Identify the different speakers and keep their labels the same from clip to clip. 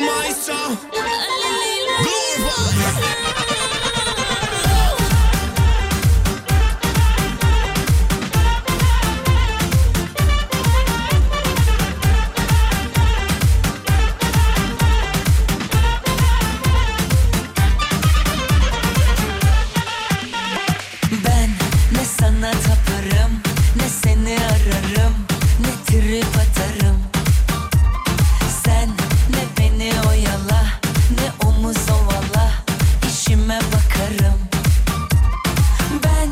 Speaker 1: maestro. Glorify.
Speaker 2: Ben ne sana taparım ne seni ararım ne trip atarım Sen ne beni oyala ne omuz ovala işime bakarım Ben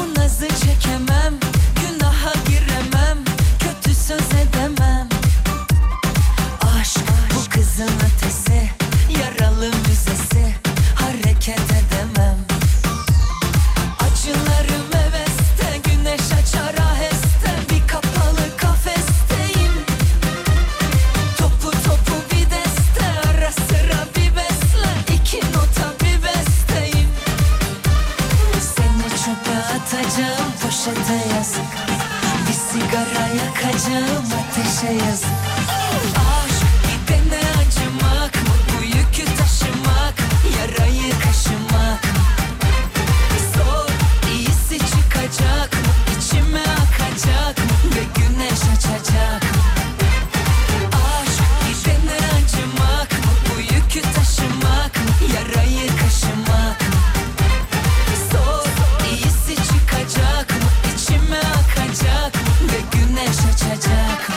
Speaker 2: o nazı çekemem günaha giremem kötü söz edemem Aşk bu kızın ötesi yaralı müzesi hareket edemem Acılarım heveste Güneş açar aheste Bir kapalı kafesteyim Topu topu bir deste Ara sıra bir besle iki nota bir besteyim Seni çöpe atacağım Poşete yazık Bir sigara yakacağım Ateşe yazık Aşk bir de ne acımak Bu yükü taşımak Yarayı kaşımak Zor, iyisi çıkacak mı? İçime akacak mı? Ve güneş açacak mı? Aşk gidene acımak mı? Bu yükü taşımak mı? Yarayı kaşımak mı? Zor, iyisi çıkacak mı? İçime akacak mı? Ve güneş açacak mı?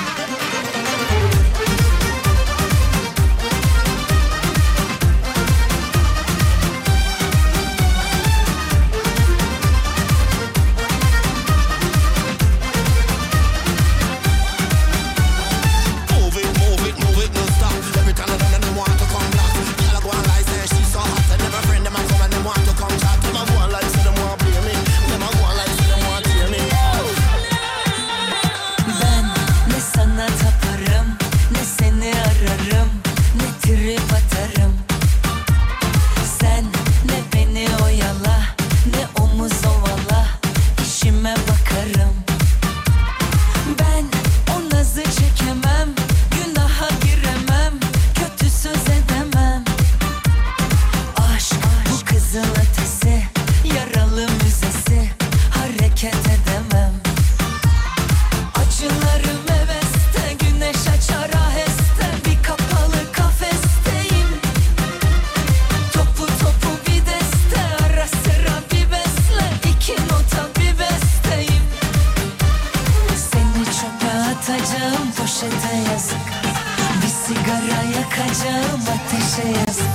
Speaker 1: Move it, move it, move it, non-stop. Every time I done it, them want to come back. Girl, I go and lie, say she so hot. And every friend, them a come and them want to come chat. Them a go and lie, say them want blame me. Them a go and lie, say them want tear me.
Speaker 2: Ben ne sana taparım ne seni ararım ne trip atarım Sen ne beni oyala ne omuz ovala işime bakarım Ben o nazı çekemem günaha giremem kötü söz edemem Aşk bu kızın ötesi yaralı müzesi hareket edemem Acılarım heveste Güneş açar aheste Bir kapalı kafesteyim Topu topu bir deste Ara sıra bir besle iki nota bir besteyim Seni çöpe atacağım Poşete yazık Bir sigara yakacağım Ateşe yazık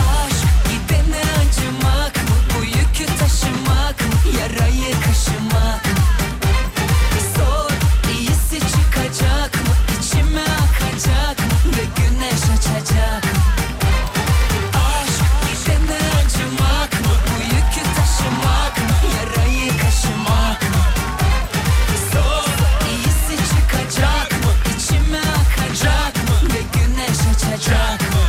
Speaker 2: Aşk gidene acımak mı? Bu yükü taşımak mı? Yarayı kaşımak mı? Zor, iyisi çıkacak mı? İçime akacak mı? Ve güneş açacak mı? Aşk gidene acımak mı? Bu yükü taşımak mı? Yarayı kaşımak mı? Zor, iyisi çıkacak mı? İçime akacak mı? Ve güneş açacak mı?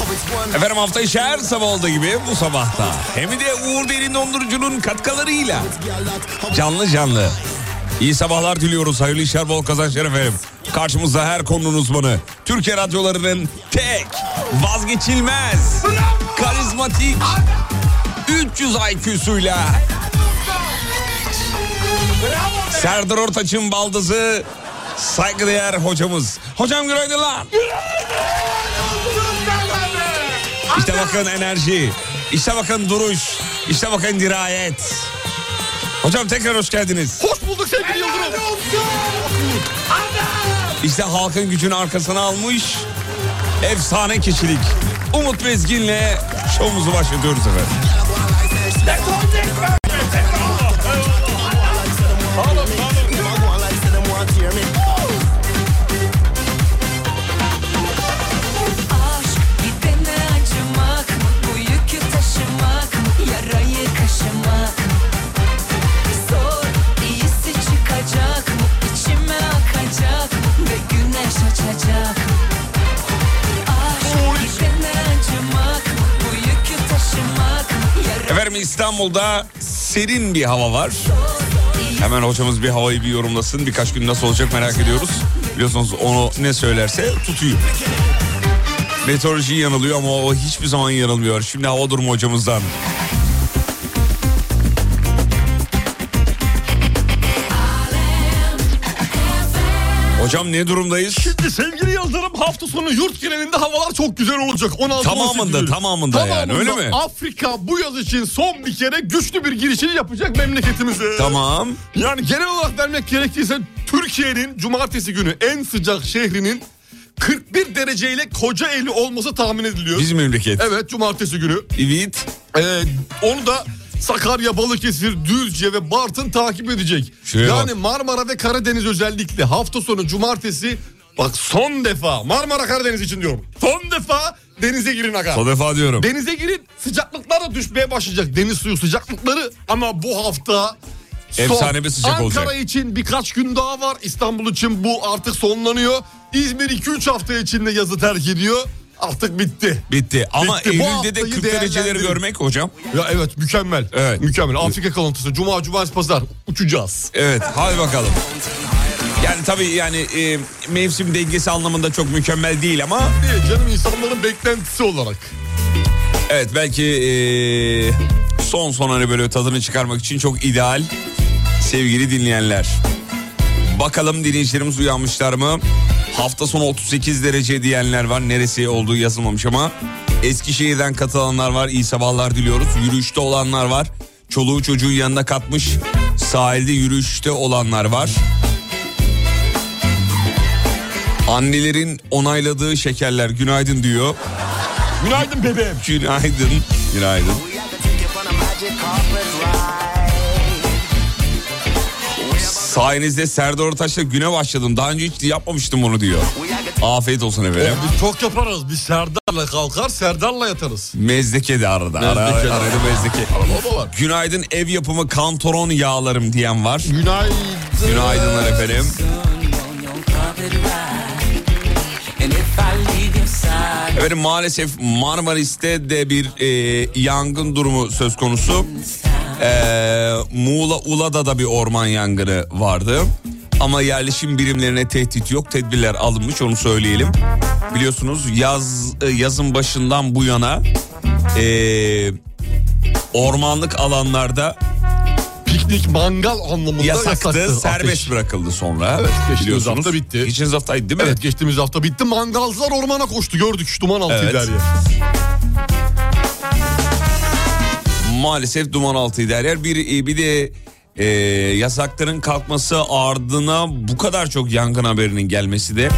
Speaker 1: Oh, it's one
Speaker 3: Efendim hafta içi her sabah olduğu gibi bu sabahta. Hem de Uğur Derin Dondurucu'nun katkılarıyla. Canlı canlı. İyi sabahlar diliyoruz. Hayırlı işler bol kazançlar efendim. Karşımızda her konunun uzmanı. Türkiye radyolarının tek vazgeçilmez karizmatik 300 IQ'suyla Serdar Ortaç'ın baldızı saygıdeğer hocamız. Hocam günaydınlar. İşte bakın enerji, işte bakın duruş, işte bakın dirayet. Hocam tekrar hoş geldiniz.
Speaker 4: Hoş bulduk sevgili Yıldırım.
Speaker 3: İşte halkın gücünü arkasına almış efsane kişilik. Umut Bezgin'le şovumuzu başlatıyoruz efendim.
Speaker 1: Them a go and lie, say them want tear me.
Speaker 2: Aşk gidene acımak mı? Bu yükü taşımak mı? Yarayı kaşımak mı? Zor, iyisi çıkacak mı? İçime
Speaker 3: İstanbul'da serin bir hava var. Hemen hocamız bir havayı bir yorumlasın. Birkaç gün nasıl olacak merak ediyoruz. Biliyorsunuz onu ne söylerse tutuyor. Meteoroloji yanılıyor ama o hiçbir zaman yanılmıyor. Şimdi hava durumu hocamızdan. Hocam ne durumdayız?
Speaker 4: Şimdi sevgili Yıldırım hafta sonu yurt genelinde havalar çok güzel olacak. 16
Speaker 3: Tamamında,
Speaker 4: 18
Speaker 3: tamamında yani, öyle mi?
Speaker 4: Afrika bu yaz için son bir kere güçlü bir girişini yapacak memleketimize.
Speaker 3: Tamam.
Speaker 4: Yani genel olarak vermek gerekirse Türkiye'nin cumartesi günü en sıcak şehrinin 41 dereceyle Kocaeli olması tahmin ediliyor.
Speaker 3: Bizim memleket.
Speaker 4: Evet cumartesi günü.
Speaker 3: Evet.
Speaker 4: Ee, onu da Sakarya, Balıkesir, Düzce ve Bartın takip edecek.
Speaker 3: Şuraya
Speaker 4: yani
Speaker 3: bak.
Speaker 4: Marmara ve Karadeniz özellikle hafta sonu cumartesi bak son defa Marmara Karadeniz için diyorum. Son defa denize girin aga.
Speaker 3: O defa diyorum.
Speaker 4: Denize girin sıcaklıklar da düşmeye başlayacak deniz suyu sıcaklıkları ama bu hafta son.
Speaker 3: Efsane bir sıcak
Speaker 4: Ankara
Speaker 3: olacak.
Speaker 4: için birkaç gün daha var İstanbul için bu artık sonlanıyor. İzmir 2-3 hafta içinde yazı terk ediyor artık bitti.
Speaker 3: Bitti. Ama
Speaker 4: Bitti. Bu
Speaker 3: Eylül'de de
Speaker 4: haftayı
Speaker 3: 40 dereceleri
Speaker 4: değerlendirin.
Speaker 3: görmek hocam.
Speaker 4: Ya evet mükemmel.
Speaker 3: Evet.
Speaker 4: Mükemmel. Afrika kalıntısı. Cuma, cumartesi, pazar. Uçacağız.
Speaker 3: Evet hadi bakalım. Yani tabii yani e, mevsim dengesi anlamında çok mükemmel değil ama
Speaker 4: Niye canım insanların beklentisi olarak.
Speaker 3: evet belki e, son son hani böyle tadını çıkarmak için çok ideal sevgili dinleyenler. Bakalım dinleyicilerimiz uyanmışlar mı? Hafta sonu 38 derece diyenler var. Neresi olduğu yazılmamış ama. Eskişehir'den katılanlar var. İyi sabahlar diliyoruz. Yürüyüşte olanlar var. Çoluğu çocuğu yanına katmış. Sahilde yürüyüşte olanlar var. Annelerin onayladığı şekerler günaydın diyor.
Speaker 4: Günaydın bebeğim.
Speaker 3: Günaydın. Günaydın. Sayenizde Serdar Ortaç'la güne başladım. Daha önce hiç yapmamıştım bunu diyor. Afiyet olsun efendim.
Speaker 4: Biz çok yaparız. Biz Serdar'la kalkar, Serdar'la yatarız.
Speaker 3: Mezdeke de arada. Ara,
Speaker 4: Mezdeke de.
Speaker 3: arada mezdeke.
Speaker 4: Baba var.
Speaker 3: Günaydın ev yapımı kantoron yağlarım diyen var.
Speaker 4: Günaydın.
Speaker 3: Günaydınlar efendim. Efendim maalesef Marmaris'te de bir e, yangın durumu söz konusu. E, Muğla Ula'da da bir orman yangını vardı. Ama yerleşim birimlerine tehdit yok. Tedbirler alınmış onu söyleyelim. Biliyorsunuz yaz e, yazın başından bu yana e, ormanlık alanlarda
Speaker 4: Piknik, mangal anlamında
Speaker 3: yasaktı, serbest
Speaker 4: Ateş.
Speaker 3: bırakıldı sonra.
Speaker 4: Evet, geçtiğimiz
Speaker 3: Biliyorsunuz.
Speaker 4: hafta bitti.
Speaker 3: Geçtiğimiz haftaydı değil mi?
Speaker 4: Evet geçtiğimiz hafta bitti. Mangalcılar ormana koştu gördük. Duman altıydı
Speaker 3: Evet.
Speaker 4: her yer.
Speaker 3: maalesef duman altıydı her yer. Bir, bir de e, yasakların kalkması ardına bu kadar çok yangın haberinin gelmesi de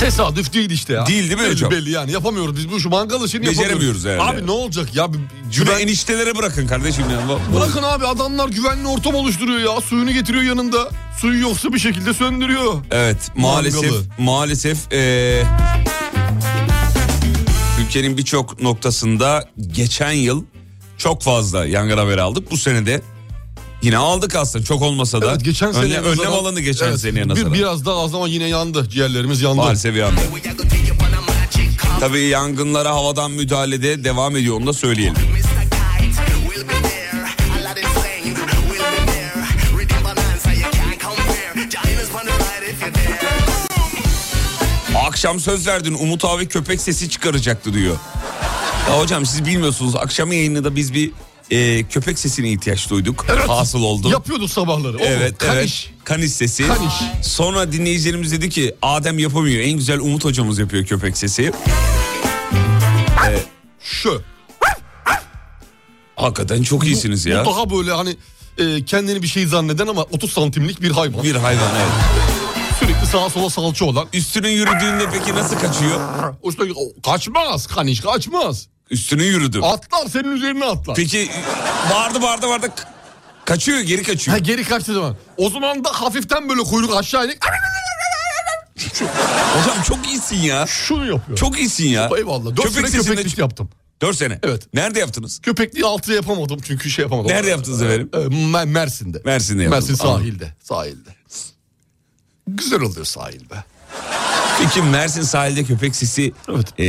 Speaker 4: Tesadüf değil işte ya.
Speaker 3: Değil, değil mi
Speaker 4: belli,
Speaker 3: hocam?
Speaker 4: Belli yani yapamıyoruz. Biz bu şu mangal işini
Speaker 3: Beceremiyoruz
Speaker 4: yapamıyoruz.
Speaker 3: herhalde.
Speaker 4: Abi ne olacak ya? Bir-
Speaker 3: Şunu
Speaker 4: Güven...
Speaker 3: eniştelere bırakın kardeşim ya. Bu- bu-
Speaker 4: Bırakın abi adamlar güvenli ortam oluşturuyor ya. Suyunu getiriyor yanında. Suyu yoksa bir şekilde söndürüyor.
Speaker 3: Evet maalesef
Speaker 4: Mangalı.
Speaker 3: maalesef e, ülkenin birçok noktasında geçen yıl çok fazla yangın haberi aldık. Bu sene de yine aldık aslında çok olmasa da.
Speaker 4: Evet geçen sene
Speaker 3: önlem,
Speaker 4: en azından-
Speaker 3: önlem alanı geçen
Speaker 4: Evet,
Speaker 3: seneye
Speaker 4: bir-
Speaker 3: nazaran.
Speaker 4: biraz daha az ama yine yandı. Ciğerlerimiz yandı.
Speaker 3: Maalesef yandı. Tabii yangınlara havadan müdahalede devam ediyor onu da söyleyelim. Akşam söz verdin Umut abi köpek sesi çıkaracaktı diyor. Ya hocam siz bilmiyorsunuz akşam yayınında biz bir e, köpek sesine ihtiyaç duyduk. Hasıl oldu.
Speaker 4: Yapıyorduk sabahları. Oğlum,
Speaker 3: Evet,
Speaker 4: kaniş.
Speaker 3: evet. Kaniş sesi.
Speaker 4: Kaniş.
Speaker 3: Sonra dinleyicilerimiz dedi ki Adem yapamıyor. En güzel Umut hocamız yapıyor köpek sesi.
Speaker 4: Şu.
Speaker 3: Hakikaten çok iyisiniz ya.
Speaker 4: Bu daha böyle hani e, kendini bir şey zanneden ama 30 santimlik bir hayvan.
Speaker 3: Bir hayvan evet.
Speaker 4: Sürekli sağa sola salça olan.
Speaker 3: Üstünün yürüdüğünde peki nasıl kaçıyor?
Speaker 4: Usta, o, kaçmaz kaniş kaçmaz.
Speaker 3: Üstünü yürüdü.
Speaker 4: Atlar senin üzerine atlar.
Speaker 3: Peki vardı vardı vardı kaçıyor geri kaçıyor.
Speaker 4: Ha, geri kaçtığı zaman. O zaman da hafiften böyle kuyruk aşağı inip
Speaker 3: Hocam çok iyisin ya.
Speaker 4: şunu yapıyor.
Speaker 3: Çok iyisin ya.
Speaker 4: Eyvallah. Dört sene
Speaker 3: sesinde-
Speaker 4: köpeklik yaptım.
Speaker 3: Dört sene.
Speaker 4: Evet.
Speaker 3: Nerede yaptınız?
Speaker 4: Köpekliği altıda yapamadım çünkü şey yapamadım.
Speaker 3: Nerede yaptınız efendim?
Speaker 4: Ee, Mer- Mersin'de.
Speaker 3: Mersin'de yaptım.
Speaker 4: Mersin
Speaker 3: Anladım.
Speaker 4: sahilde. Sahilde. Güzel oluyor sahil be.
Speaker 3: Peki Mersin sahilde köpek sisi e,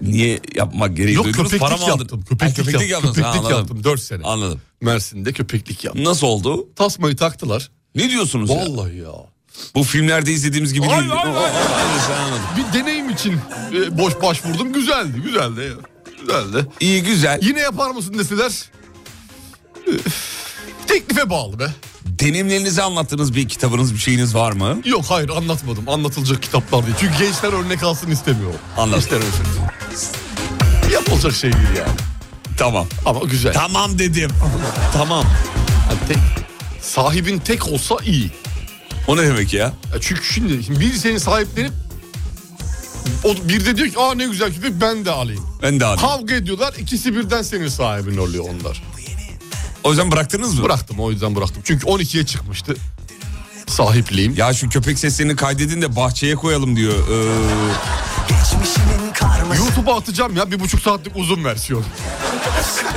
Speaker 3: niye yapmak gereği
Speaker 4: Yok
Speaker 3: duydunuz?
Speaker 4: köpeklik
Speaker 3: Para mı aldın?
Speaker 4: yaptım.
Speaker 3: Ha,
Speaker 4: Köpeklik,
Speaker 3: köpeklik
Speaker 4: yaptım.
Speaker 3: yaptınız. Ha,
Speaker 4: Köpeklik
Speaker 3: anladım.
Speaker 4: yaptım 4 sene.
Speaker 3: Anladım.
Speaker 4: Mersin'de köpeklik yaptım.
Speaker 3: Nasıl oldu?
Speaker 4: Tasmayı taktılar.
Speaker 3: Ne diyorsunuz ya?
Speaker 4: Vallahi ya.
Speaker 3: Bu filmlerde izlediğimiz gibi
Speaker 4: Ay,
Speaker 3: değil. Oh,
Speaker 4: ay, ay, ay.
Speaker 3: Anladım, anladım.
Speaker 4: Bir deneyim için e, boş başvurdum. Güzeldi, güzeldi. Güzeldi.
Speaker 3: İyi güzel.
Speaker 4: Yine yapar mısın deseler. üf, Teklife bağlı be.
Speaker 3: Deneyimlerinizi anlattığınız bir kitabınız bir şeyiniz var mı?
Speaker 4: Yok hayır anlatmadım. Anlatılacak kitaplar değil. Çünkü gençler örnek alsın istemiyorum.
Speaker 3: Anladım.
Speaker 4: İstemiyorum. Yapılacak şey değil yani.
Speaker 3: Tamam.
Speaker 4: Ama güzel.
Speaker 3: Tamam dedim. tamam.
Speaker 4: Yani tek- sahibin tek olsa iyi.
Speaker 3: O ne demek ya?
Speaker 4: Ya çünkü şimdi, şimdi biri seni sahiplenip o bir de diyor ki aa ne güzel köpek ben de alayım.
Speaker 3: Ben de abi.
Speaker 4: Kavga ediyorlar ikisi birden senin sahibin oluyor onlar.
Speaker 3: O yüzden bıraktınız mı?
Speaker 4: Bıraktım o yüzden bıraktım. Çünkü 12'ye çıkmıştı sahipliğim.
Speaker 3: Ya şu köpek seslerini kaydedin de bahçeye koyalım diyor. Ee,
Speaker 5: Geçmişimin karması
Speaker 4: YouTube'a atacağım ya bir buçuk saatlik uzun versiyon.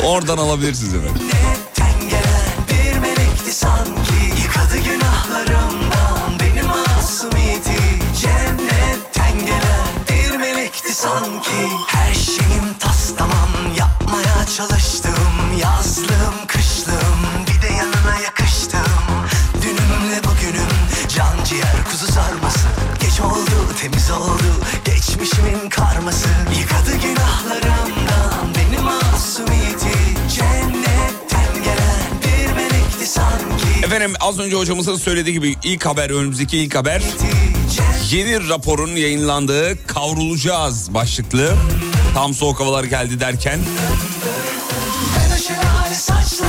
Speaker 3: oradan alabilirsiniz efendim.
Speaker 5: Etten gelen bir melekti sanki Yıkadı günahlarımdan benim masumiyeti Cennetten gelen bir melekti sanki Her şeyim tas tamam yapmaya çalıştım Yazlığım kışlığım bir de yanına yakıştım Dünümle bugünüm can ciğer kuzu sarması Geç oldu temiz oldu geçmişimin karması Yıkadı günahlarımdan beni masumiyeti Cennetten gelen bir melekti sanki
Speaker 3: Efendim az önce hocamızın söylediği gibi ilk haber önümüzdeki ilk haber. Yeni raporun yayınlandığı kavrulacağız başlıklı. Tam soğuk havalar geldi derken
Speaker 5: Ben o şelale saçla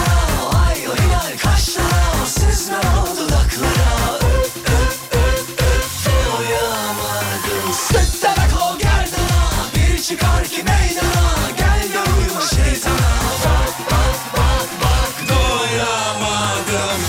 Speaker 5: o ay o hilal kaşla O süzme o dudaklara Öp öp öp öp de uyamadım Sırtlarak o gerdana Bir çıkar ki meydana Gel gör uyuma şeytana Bak bak bak bak doyamadım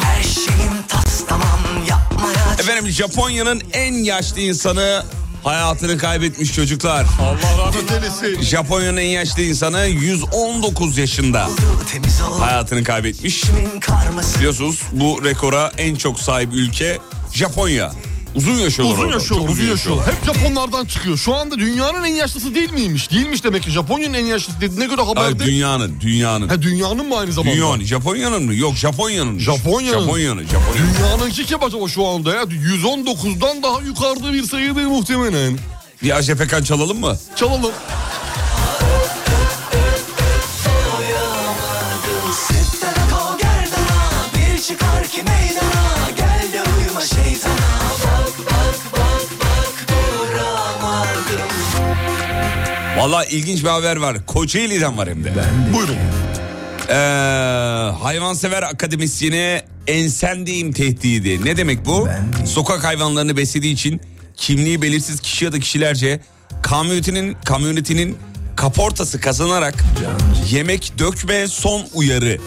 Speaker 5: Her şeyim tas tamam yapmaya
Speaker 3: efendim Japonya'nın en yaşlı insanı hayatını kaybetmiş çocuklar.
Speaker 4: Allah rahmet eylesin.
Speaker 3: Japonya'nın en yaşlı insanı 119 yaşında
Speaker 5: Temiz ol
Speaker 3: hayatını kaybetmiş.
Speaker 5: Kimin karması
Speaker 3: Biliyorsunuz bu rekora en çok sahip ülke Japonya. Uzun yaşıyorlar
Speaker 4: Uzun
Speaker 3: orada,
Speaker 4: yaşıyorlar,
Speaker 3: çok
Speaker 4: uzun yaşıyorlar. Hep Japonlardan çıkıyor. Şu anda dünyanın en yaşlısı değil miymiş? Değilmiş demek ki. Japonya'nın en yaşlısı dediğine göre
Speaker 3: Hayır,
Speaker 4: haberde...
Speaker 3: dünyanın, dünyanın.
Speaker 4: Ha, dünyanın mı aynı zamanda?
Speaker 3: Dünyanın, Japonya'nın mı? Yok Japonya'nın.
Speaker 4: Japonya'nın.
Speaker 3: Japonya'nın, Japonya'nın.
Speaker 4: Dünyanınki kim acaba şu anda ya? 119'dan daha yukarıda bir sayıda muhtemelen.
Speaker 3: Bir Aşefekan çalalım mı?
Speaker 4: Çalalım.
Speaker 5: Sırtlara kol gerdana Bir çıkar ki meydana Gel de uyuma şeytana Bak bak bak bak duramadım
Speaker 3: Valla ilginç bir haber var. Kocaeli'den var hem de.
Speaker 4: Buyurun.
Speaker 3: Ee, hayvansever akademisyeni ensendeyim tehdidi. Ne demek bu? Sokak hayvanlarını beslediği için kimliği belirsiz kişi ya da kişilerce kamyonetinin, kamyonetinin kaportası kazanarak yemek dökme son uyarı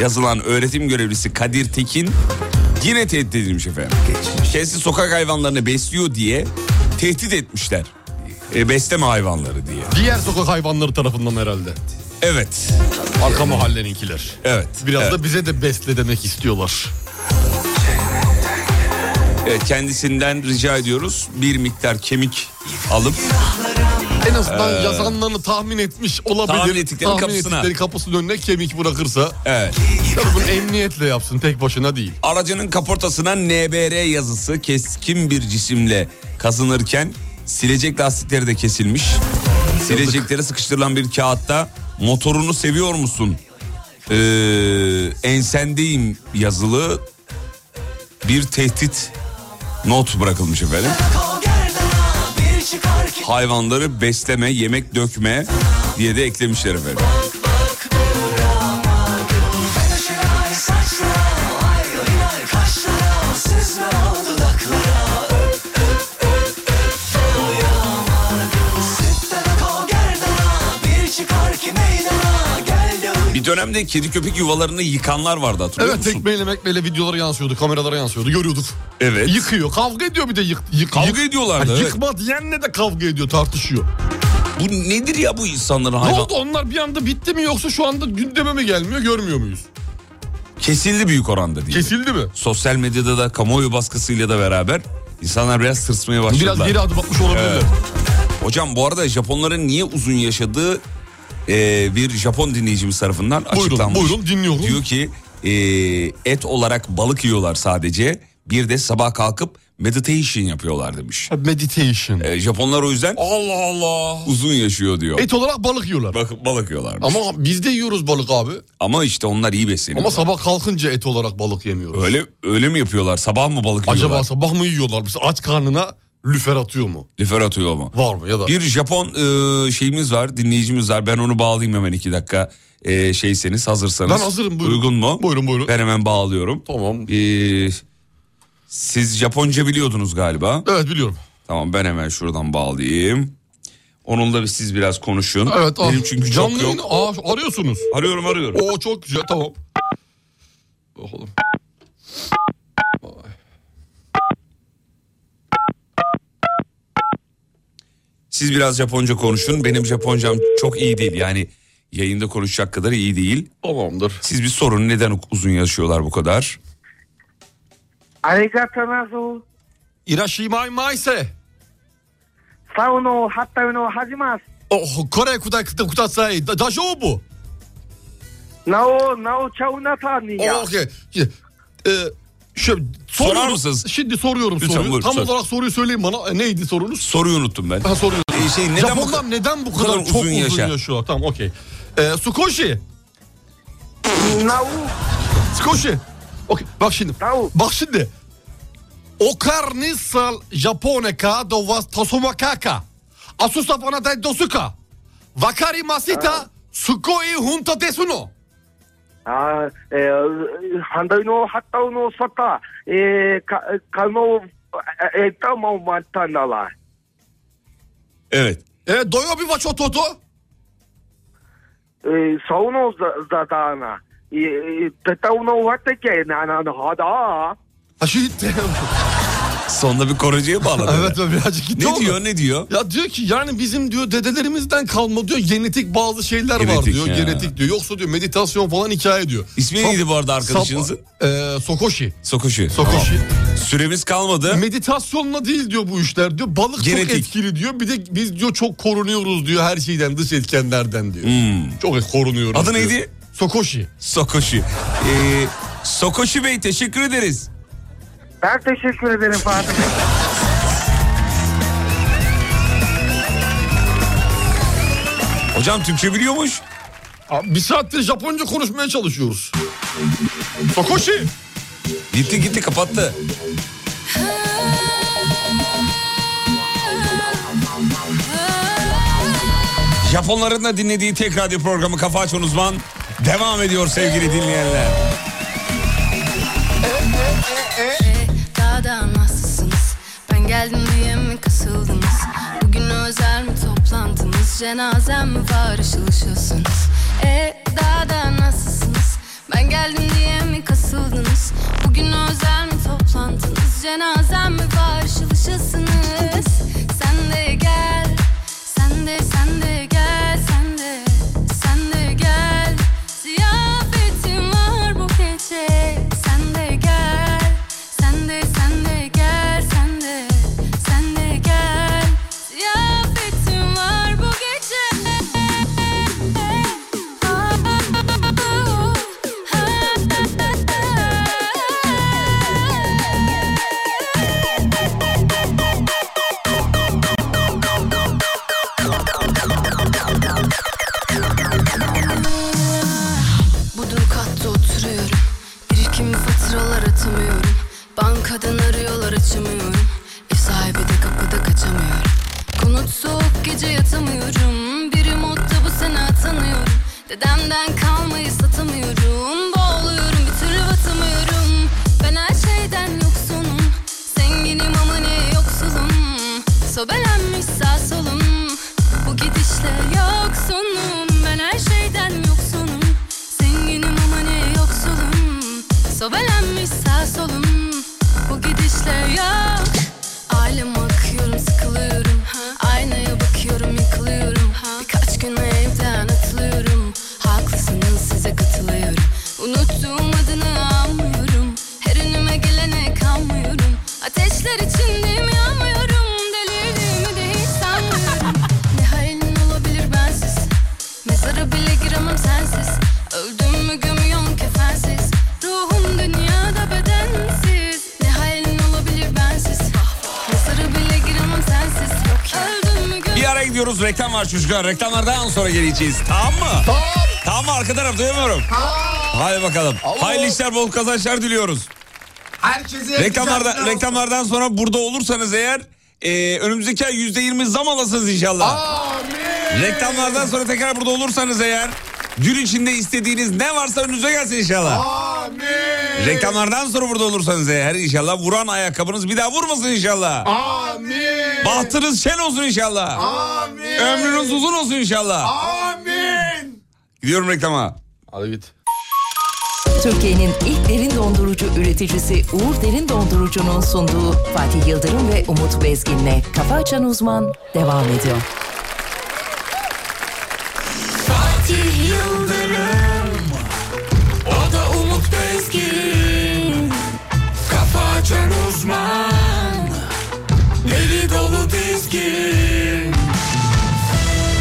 Speaker 3: yazılan öğretim görevlisi Kadir Tekin yine tehdit edilmiş efendim. Kendisi sokak hayvanlarını besliyor diye tehdit etmişler. E, besleme hayvanları diye.
Speaker 4: Diğer sokak hayvanları tarafından herhalde.
Speaker 3: Evet.
Speaker 4: Arka mahalleninkiler.
Speaker 3: Evet.
Speaker 4: Biraz
Speaker 3: evet.
Speaker 4: da bize de besle demek istiyorlar.
Speaker 3: Evet, E, kendisinden rica ediyoruz bir miktar kemik alıp
Speaker 4: En azından yazanlarını tahmin etmiş olabilir.
Speaker 3: Ee, tahmin ettikleri kapısına.
Speaker 4: ettikleri kapısının önüne kemik bırakırsa.
Speaker 3: evet,
Speaker 4: Tabii bunu emniyetle yapsın tek başına değil.
Speaker 3: aracının kaportasına NBR yazısı keskin bir cisimle kazınırken silecek lastikleri de kesilmiş. Sileceklere sıkıştırılan bir kağıtta motorunu seviyor musun? Ee, ensendeyim yazılı bir tehdit not bırakılmış efendim.
Speaker 5: Kol gerdana Bir çıkar ki
Speaker 3: Hayvanları besleme, yemek dökme diye de eklemişler efendim.
Speaker 5: Ay saçla o ay o hilal kaşla O süzme o dudaklara Öp öp öp öp de uyamadım Sırtlara kol gerdana Bir çıkar ki meydana Gel de uyuma
Speaker 3: Bir dönemde kedi köpek yuvalarını yıkanlar vardı hatırlıyor
Speaker 4: evet
Speaker 3: musun?
Speaker 4: tekmeyle mekmeyle videolara yansıyordu, kameralara yansıyordu, görüyorduk.
Speaker 3: Evet.
Speaker 4: Yıkıyor, kavga ediyor bir de yık, yık,
Speaker 3: Kavga
Speaker 4: yık-
Speaker 3: ediyorlardı,
Speaker 4: Ha,
Speaker 3: evet.
Speaker 4: Yıkma diyenle de kavga ediyor, tartışıyor.
Speaker 3: Bu nedir ya bu insanların hayvan?
Speaker 4: Ne oldu onlar bir anda bitti mi yoksa şu anda gündeme mi gelmiyor görmüyor muyuz?
Speaker 3: Kesildi büyük oranda diye.
Speaker 4: Kesildi mi?
Speaker 3: Sosyal medyada da kamuoyu baskısıyla da beraber insanlar biraz sırsmaya başladılar.
Speaker 4: Biraz geri adım atmış olabilirler.
Speaker 3: Evet. Hocam bu arada Japonların niye uzun yaşadığı e, bir Japon dinleyicimiz tarafından
Speaker 4: Buyurun,
Speaker 3: açıklanmış.
Speaker 4: buyurun, dinliyorum.
Speaker 3: Diyor ki e, et olarak balık yiyorlar sadece. Bir de sabah kalkıp meditation yapıyorlar demiş.
Speaker 4: Meditation.
Speaker 3: E, Japonlar o yüzden
Speaker 4: Allah Allah.
Speaker 3: uzun yaşıyor diyor.
Speaker 4: Et olarak balık yiyorlar.
Speaker 3: Bak, balık yiyorlar. Ama,
Speaker 4: Ama biz de yiyoruz balık abi.
Speaker 3: işte onlar iyi besleniyor.
Speaker 4: Ama sabah kalkınca et olarak balık yemiyoruz.
Speaker 3: Öyle öyle mi yapıyorlar? Sabah mı balık yiyorlar?
Speaker 4: Acaba sabah mı yiyorlar? Mesela aç karnına lüfer atıyor mu?
Speaker 3: Lüfer atıyor mu?
Speaker 4: Var mı ya da?
Speaker 3: Bir Japon e, şeyimiz var, dinleyicimiz var. Ben onu bağlayayım hemen iki dakika. E, şeyseniz, hazırsanız.
Speaker 4: Ben hazırım, buyurun.
Speaker 3: Uygun mu?
Speaker 4: Buyurun, buyurun.
Speaker 3: Ben hemen bağlıyorum.
Speaker 4: Tamam.
Speaker 3: E, siz Japonca biliyordunuz galiba.
Speaker 4: Evet biliyorum.
Speaker 3: Tamam ben hemen şuradan bağlayayım. Onunla bir siz biraz konuşun.
Speaker 4: Evet.
Speaker 3: Benim
Speaker 4: ah,
Speaker 3: çünkü
Speaker 4: canlı
Speaker 3: çok
Speaker 4: yayın-
Speaker 3: yok.
Speaker 4: Aa, arıyorsunuz.
Speaker 3: Arıyorum arıyorum.
Speaker 4: Oo çok güzel tamam. Bakalım. Vay.
Speaker 3: Siz biraz Japonca konuşun. Benim Japoncam çok iyi değil. Yani yayında konuşacak kadar iyi değil.
Speaker 4: Tamamdır.
Speaker 3: Siz bir sorun neden uzun yaşıyorlar bu kadar?
Speaker 6: Arigatanazu.
Speaker 4: İraşimai maise.
Speaker 6: サウの発ったのを始めます。
Speaker 4: Oh Kore kuda kuda kudasai. Da dajobu.
Speaker 6: なお、なおちゃうなたにや
Speaker 4: Oh,。okay. Ee, şu,
Speaker 3: Sorar mısınız?
Speaker 4: Şimdi soruyorum
Speaker 3: Lütfen,
Speaker 4: soruyu.
Speaker 3: buyurun,
Speaker 4: Tam
Speaker 3: sor.
Speaker 4: olarak soruyu söyleyin bana. E, neydi sorunuz?
Speaker 3: Soruyu unuttum ben.
Speaker 4: Ha, soruyorum.
Speaker 3: E, şey, neden bu
Speaker 4: Japonlar
Speaker 3: kadar-
Speaker 4: neden bu kadar, çok uzun,
Speaker 3: yaşar?
Speaker 4: yaşıyor? Tamam okey. Ee, Sukoshi.
Speaker 6: なお、
Speaker 4: Sukoshi. Okey bak şimdi.
Speaker 6: Tamam.
Speaker 4: Bak şimdi. Okar nisal Japone ka dovas tasumakaka. Asusa panatai dosuka. Vakari masita sukoi hunta desuno.
Speaker 6: あーえー、反対の発ったのをさた、えー、か、かの、え、え、たままたなら。
Speaker 3: Evet.
Speaker 4: E, doyo bir vaç ototo.
Speaker 6: えー、そうのざ、ざたな。えー、てたうのわてけななのはだ。
Speaker 4: Ha şimdi.
Speaker 3: Sonunda bir Korece'ye bağladı.
Speaker 4: evet evet, birazcık gitti
Speaker 3: Ne
Speaker 4: oldu.
Speaker 3: diyor ne diyor?
Speaker 4: Ya diyor ki yani bizim diyor dedelerimizden kalma diyor genetik bazı şeyler var
Speaker 3: Genetik,
Speaker 4: diyor.
Speaker 3: he.
Speaker 4: Genetik diyor. Yoksa diyor meditasyon falan hikaye diyor.
Speaker 3: İsmi neydi bu arada arkadaşınızın?
Speaker 4: Sap- e, Sokoshi.
Speaker 3: Sokoşu.
Speaker 4: Sokoshi.
Speaker 3: Tamam. Süremiz kalmadı.
Speaker 4: Meditasyonla değil diyor bu işler diyor. Balık
Speaker 3: Genetik.
Speaker 4: çok etkili diyor. Bir de biz diyor çok korunuyoruz diyor her şeyden dış etkenlerden diyor. Çok e, korunuyoruz.
Speaker 3: Hmm. Adı
Speaker 4: diyor.
Speaker 3: neydi?
Speaker 4: Sokoshi.
Speaker 3: Sokoşu. Ee, Sokoşu Bey teşekkür ederiz.
Speaker 6: Ben teşekkür ederim Fatih. Bey.
Speaker 3: Hocam Türkçe biliyormuş.
Speaker 4: Abi bir saattir Japonca konuşmaya çalışıyoruz. Sokoshi.
Speaker 3: Gitti gitti kapattı. Japonların da dinlediği tek radyo programı Kafa Açan Uzman devam ediyor sevgili dinleyenler.
Speaker 7: Hey, daha da nasılsınız? Ben geldim diye mi kasıldınız? Bugün özel mi toplantınız? Cenazem mi var ışıl ışılsınız? E daha da nasılsınız? Ben geldim diye mi kasıldınız? Bugün özel mi toplantınız? Cenazem mi var ışıl ışılsınız? Sen de gel, sen de sen de gel, sen de sen de gel. Ziyafetim var bu gece. Sen de gel, sen de sen de gel, sen de sen de gel. Ziyafetim var bu gece. Ah, ah, ah. Budur katta oturuyorum Birikim faturalar atamıyorum Bankadan arıyorlar açamıyorum Ev sahibi de kapıda kaçamıyorum Konut soğuk gece yatamıyorum Biri modda bu sene atanıyorum Dedemden kalmayı satamıyorum Boğuluyorum bir türlü batamıyorum Ben her şeyden yoksunum Zenginim ama ne yoksulum Sobelenmiş sağ solum Bu gidişle yoksunum Ben her şeyden yoksunum Zenginim ama ne yoksulum Sobelenmiş sağ solum Bu gidişle yok Ailem akıyorum sıkılıyorum ha. Aynaya bakıyorum yıkılıyorum ha. Birkaç gün evden atılıyorum Haklısınız size katılıyorum
Speaker 3: gidiyoruz. Reklam var çocuklar. Reklamlardan sonra geleceğiz. Tamam mı? Tamam. Tamam mı? arka taraf duyamıyorum. Hadi bakalım. Hayırlı işler bol kazançlar diliyoruz.
Speaker 8: Herkese
Speaker 3: Reklamlarda, reklamlardan sonra burada olursanız eğer e, önümüzdeki ay yüzde yirmi zam alasınız inşallah. Reklamlardan sonra tekrar burada olursanız eğer gün içinde istediğiniz ne varsa önünüze gelsin inşallah.
Speaker 8: Amin.
Speaker 3: Reklamlardan sonra burada olursanız eğer inşallah vuran ayakkabınız bir daha vurmasın inşallah.
Speaker 8: Amin.
Speaker 3: Bahtınız şen olsun inşallah.
Speaker 8: Amin.
Speaker 3: Ömrünüz uzun olsun inşallah.
Speaker 8: Amin.
Speaker 3: Gidiyorum reklama.
Speaker 4: Hadi git.
Speaker 9: Türkiye'nin ilk derin dondurucu üreticisi Uğur Derin Dondurucu'nun sunduğu Fatih Yıldırım ve Umut Bezgin'le Kafa Açan Uzman devam ediyor.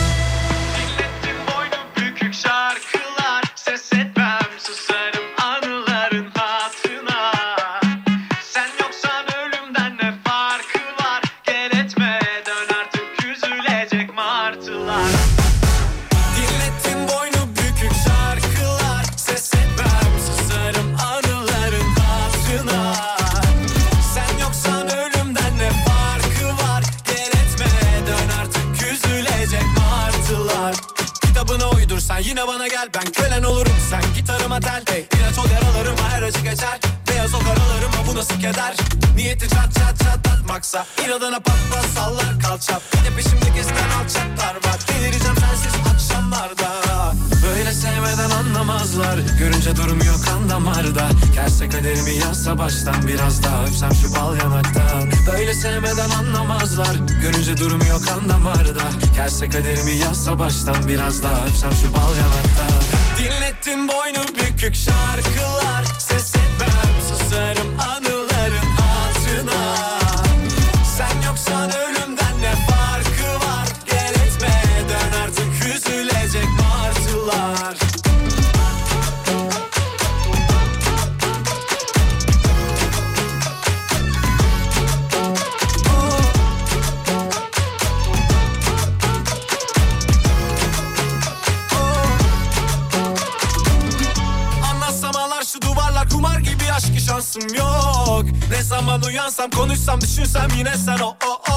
Speaker 5: Dinlettim boynum bükük şarkılar Ses etmem susarım anıların hatına Sen yoksan ölümden ne farkı var Gel etme dön artık üzülecek martılar Dinlettim boynu bükük şarkılar Ses etmem susarım anıların hatına Sen yoksan ölümden ne farkı var Gel etme dön artık üzülecek martılar Kitabına uydursan yine bana gel Ben kölen olurum sen gitarıma tel hey, İlaç ol yaralarıma her acı geçer Beyaz o karalarıma bu nasıl keder Niyeti çat çat çat atmaksa İnadına pat pat sallar kalça Bir de peşimde gezen alçaklar var Delireceğim sensiz akşamlarda Böyle sevmeden anlamazlar Görünce durum yok kan damarda Gelse kaderimi yazsa baştan biraz daha Öpsem şu bal yanaktan Böyle sevmeden anlamazlar Görünce durum yok kan damarda Gelse kaderimi yazsa baştan biraz daha Öpsem şu bal yanaktan Dinlettim boynu bükük şarkılar Ses etmem susarım anıların hatırına Sen yoksan ölümden ne farkı var Gel etme dön artık üzülecek martılar Anlatsamalar şu duvarlar kumar gibi aşkı şansım yok Ne zaman uyansam konuşsam düşünsem yine sen o o o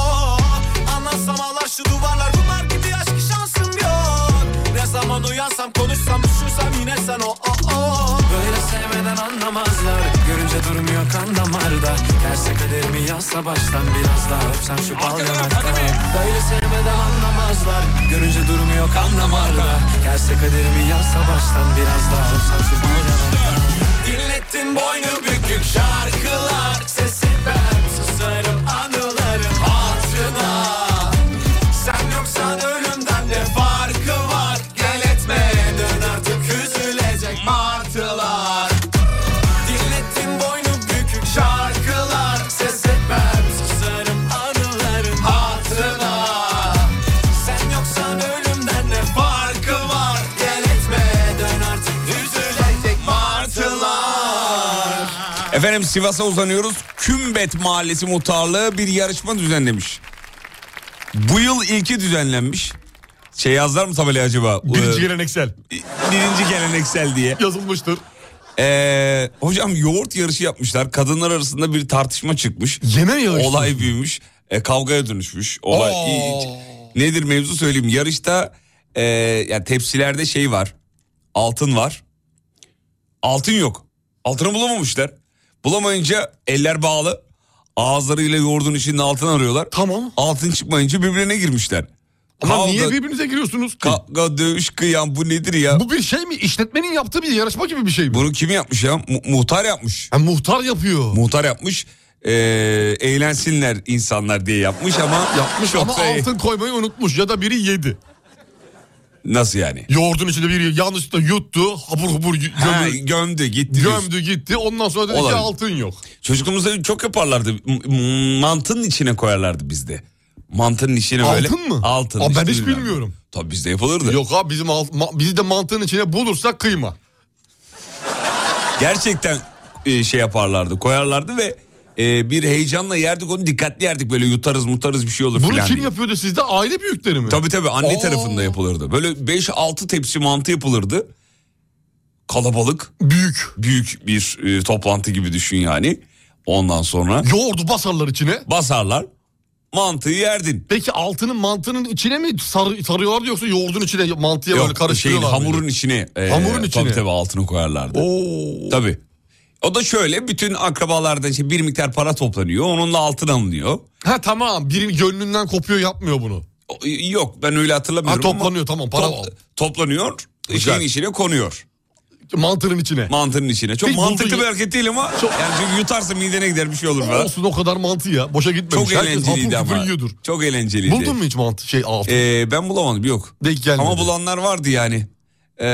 Speaker 5: Anlatsamalar şu duvarlar kumar gibi aşkı şansım yok Ne zaman uyansam konuşsam düşünsem yine sen o o o Böyle sevmeden anlamazlar görünce durmuyor kan damarda Gelse kaderimi yazsa baştan biraz daha öpsem şu bal yanakta Böyle sevmeden anlamazlar görünce durmuyor kan damarda Gelse kaderimi yazsa baştan biraz daha öpsem şu bal yanakta Dinlettin boynu bükük şarkılar Sesi ben susarım anılarım hatırına Sen yoksan ölümden ne farkı var Gel etme dön artık üzülecek martılar Dinlettin boynu bükük şarkılar Ses etmem susarım anılarım hatırına Sen yoksan ölümden ne farkı var Gel etme dön artık üzülecek martılar
Speaker 3: Efendim Sivas'a uzanıyoruz. Kümbet Mahallesi Muhtarlığı bir yarışma düzenlemiş. Bu yıl ilki düzenlenmiş. Şey yazlar mı tabelaya acaba?
Speaker 4: Birinci
Speaker 3: Ee,
Speaker 4: geleneksel.
Speaker 3: birinci geleneksel diye.
Speaker 4: Yazılmıştır.
Speaker 3: Ee, hocam yoğurt yarışı yapmışlar. Kadınlar arasında bir tartışma çıkmış.
Speaker 4: Yeme yarışı.
Speaker 3: Olay büyümüş. E, kavgaya dönüşmüş. Olay
Speaker 4: Aa.
Speaker 3: İyi- Nedir mevzu söyleyeyim. Yarışta e, yani tepsilerde şey var. Altın var. Altın yok. Altını bulamamışlar. Bulamayınca eller bağlı. Ağızlarıyla yoğurdun içinde altın arıyorlar.
Speaker 4: Tamam.
Speaker 3: Altın çıkmayınca birbirine girmişler.
Speaker 4: Ama
Speaker 3: Kavga-
Speaker 4: niye birbirinize giriyorsunuz? ki?
Speaker 3: Kavga, dövüş, kıyam bu nedir ya?
Speaker 4: Bu bir şey mi? İşletmenin yaptığı bir yarışma gibi bir şey mi?
Speaker 3: Bunu kim yapmış ya? Mu- muhtar yapmış.
Speaker 4: Ha, muhtar yapıyor.
Speaker 3: Muhtar yapmış. Ee, eğlensinler insanlar diye yapmış ama
Speaker 4: Yapmış
Speaker 3: çok
Speaker 4: ama
Speaker 3: da-
Speaker 4: altın koymayı unutmuş ya da biri yedi.
Speaker 3: nasıl yani?
Speaker 4: Yoğurdun içinde biri yanlışlıkla yuttu. Habur hubur gö-
Speaker 3: Ha,
Speaker 4: gömdü,
Speaker 3: gömdü gitti. diyorsun.
Speaker 4: gömdü gitti. Ondan sonra dedi ki
Speaker 3: Olabilir.
Speaker 4: altın yok.
Speaker 3: Çocukluğumuzda çok yaparlardı. M- m- Mantının içine koyarlardı bizde. Mantının içine böyle.
Speaker 4: Altın mı?
Speaker 3: Altın.
Speaker 4: Aa, ben hiç
Speaker 3: bilmiyorum.
Speaker 4: bilmiyorum.
Speaker 3: Tabii bizde yapılırdı.
Speaker 4: Yok abi bizim alt, ma- biz de mantığın içine bulursak kıyma.
Speaker 3: Gerçekten e, şey yaparlardı. Koyarlardı ve e, bir heyecanla yerdik onu dikkatli yerdik böyle yutarız mutarız bir şey olur
Speaker 4: Bunu
Speaker 3: filan
Speaker 4: kim
Speaker 3: diye.
Speaker 4: yapıyordu sizde? Aile büyükleri mi?
Speaker 3: Tabii tabii anne
Speaker 4: Oo.
Speaker 3: tarafında yapılırdı. Böyle 5-6 tepsi mantı yapılırdı. Kalabalık.
Speaker 4: Büyük.
Speaker 3: Büyük bir e, toplantı gibi düşün yani. Ondan sonra
Speaker 4: Yoğurdu basarlar içine.
Speaker 3: basarlar mantıyı yerdin.
Speaker 4: Peki altının mantının içine mi sarı, sarıyorlardı yoksa yoğurdun içine mantıya böyle
Speaker 3: Yok şeyin,
Speaker 4: karıştırıyorlar mıydı?
Speaker 3: hamurun içine. e,
Speaker 4: Hamurun içine.
Speaker 3: Tabii tabii altını koyarlardı.
Speaker 4: Oo.
Speaker 3: Tabii. O da şöyle bütün akrabalardan işte bir miktar para toplanıyor. Onunla altın alınıyor.
Speaker 4: Ha tamam biri gönlünden kopuyor yapmıyor bunu.
Speaker 3: O- Yok ben öyle
Speaker 4: Ha
Speaker 3: hatırlamıyorum
Speaker 4: toplanıyor tamam
Speaker 3: ama
Speaker 4: para
Speaker 3: top- toplanıyor.
Speaker 4: Güzel.
Speaker 3: Şeyin içine konuyor.
Speaker 4: mantının içine.
Speaker 3: Mantının içine. Çok
Speaker 4: Hiç
Speaker 3: mantıklı
Speaker 4: bulduğu-
Speaker 3: bir hareket değil ama yani çünkü yutarsın midene gider bir şey olur falan.
Speaker 4: Olsun o kadar mantı ya. Boşa gitmemiş.
Speaker 3: Çok eğlenceliydi
Speaker 4: hapur küpür
Speaker 3: ama.
Speaker 4: yiyordur.
Speaker 3: Çok eğlenceliydi.
Speaker 4: Buldun mu hiç mantı şey altı?
Speaker 3: Ee, ben bulamadım yok.
Speaker 4: Denk gelmedi.
Speaker 3: Ama bulanlar vardı yani. Ee,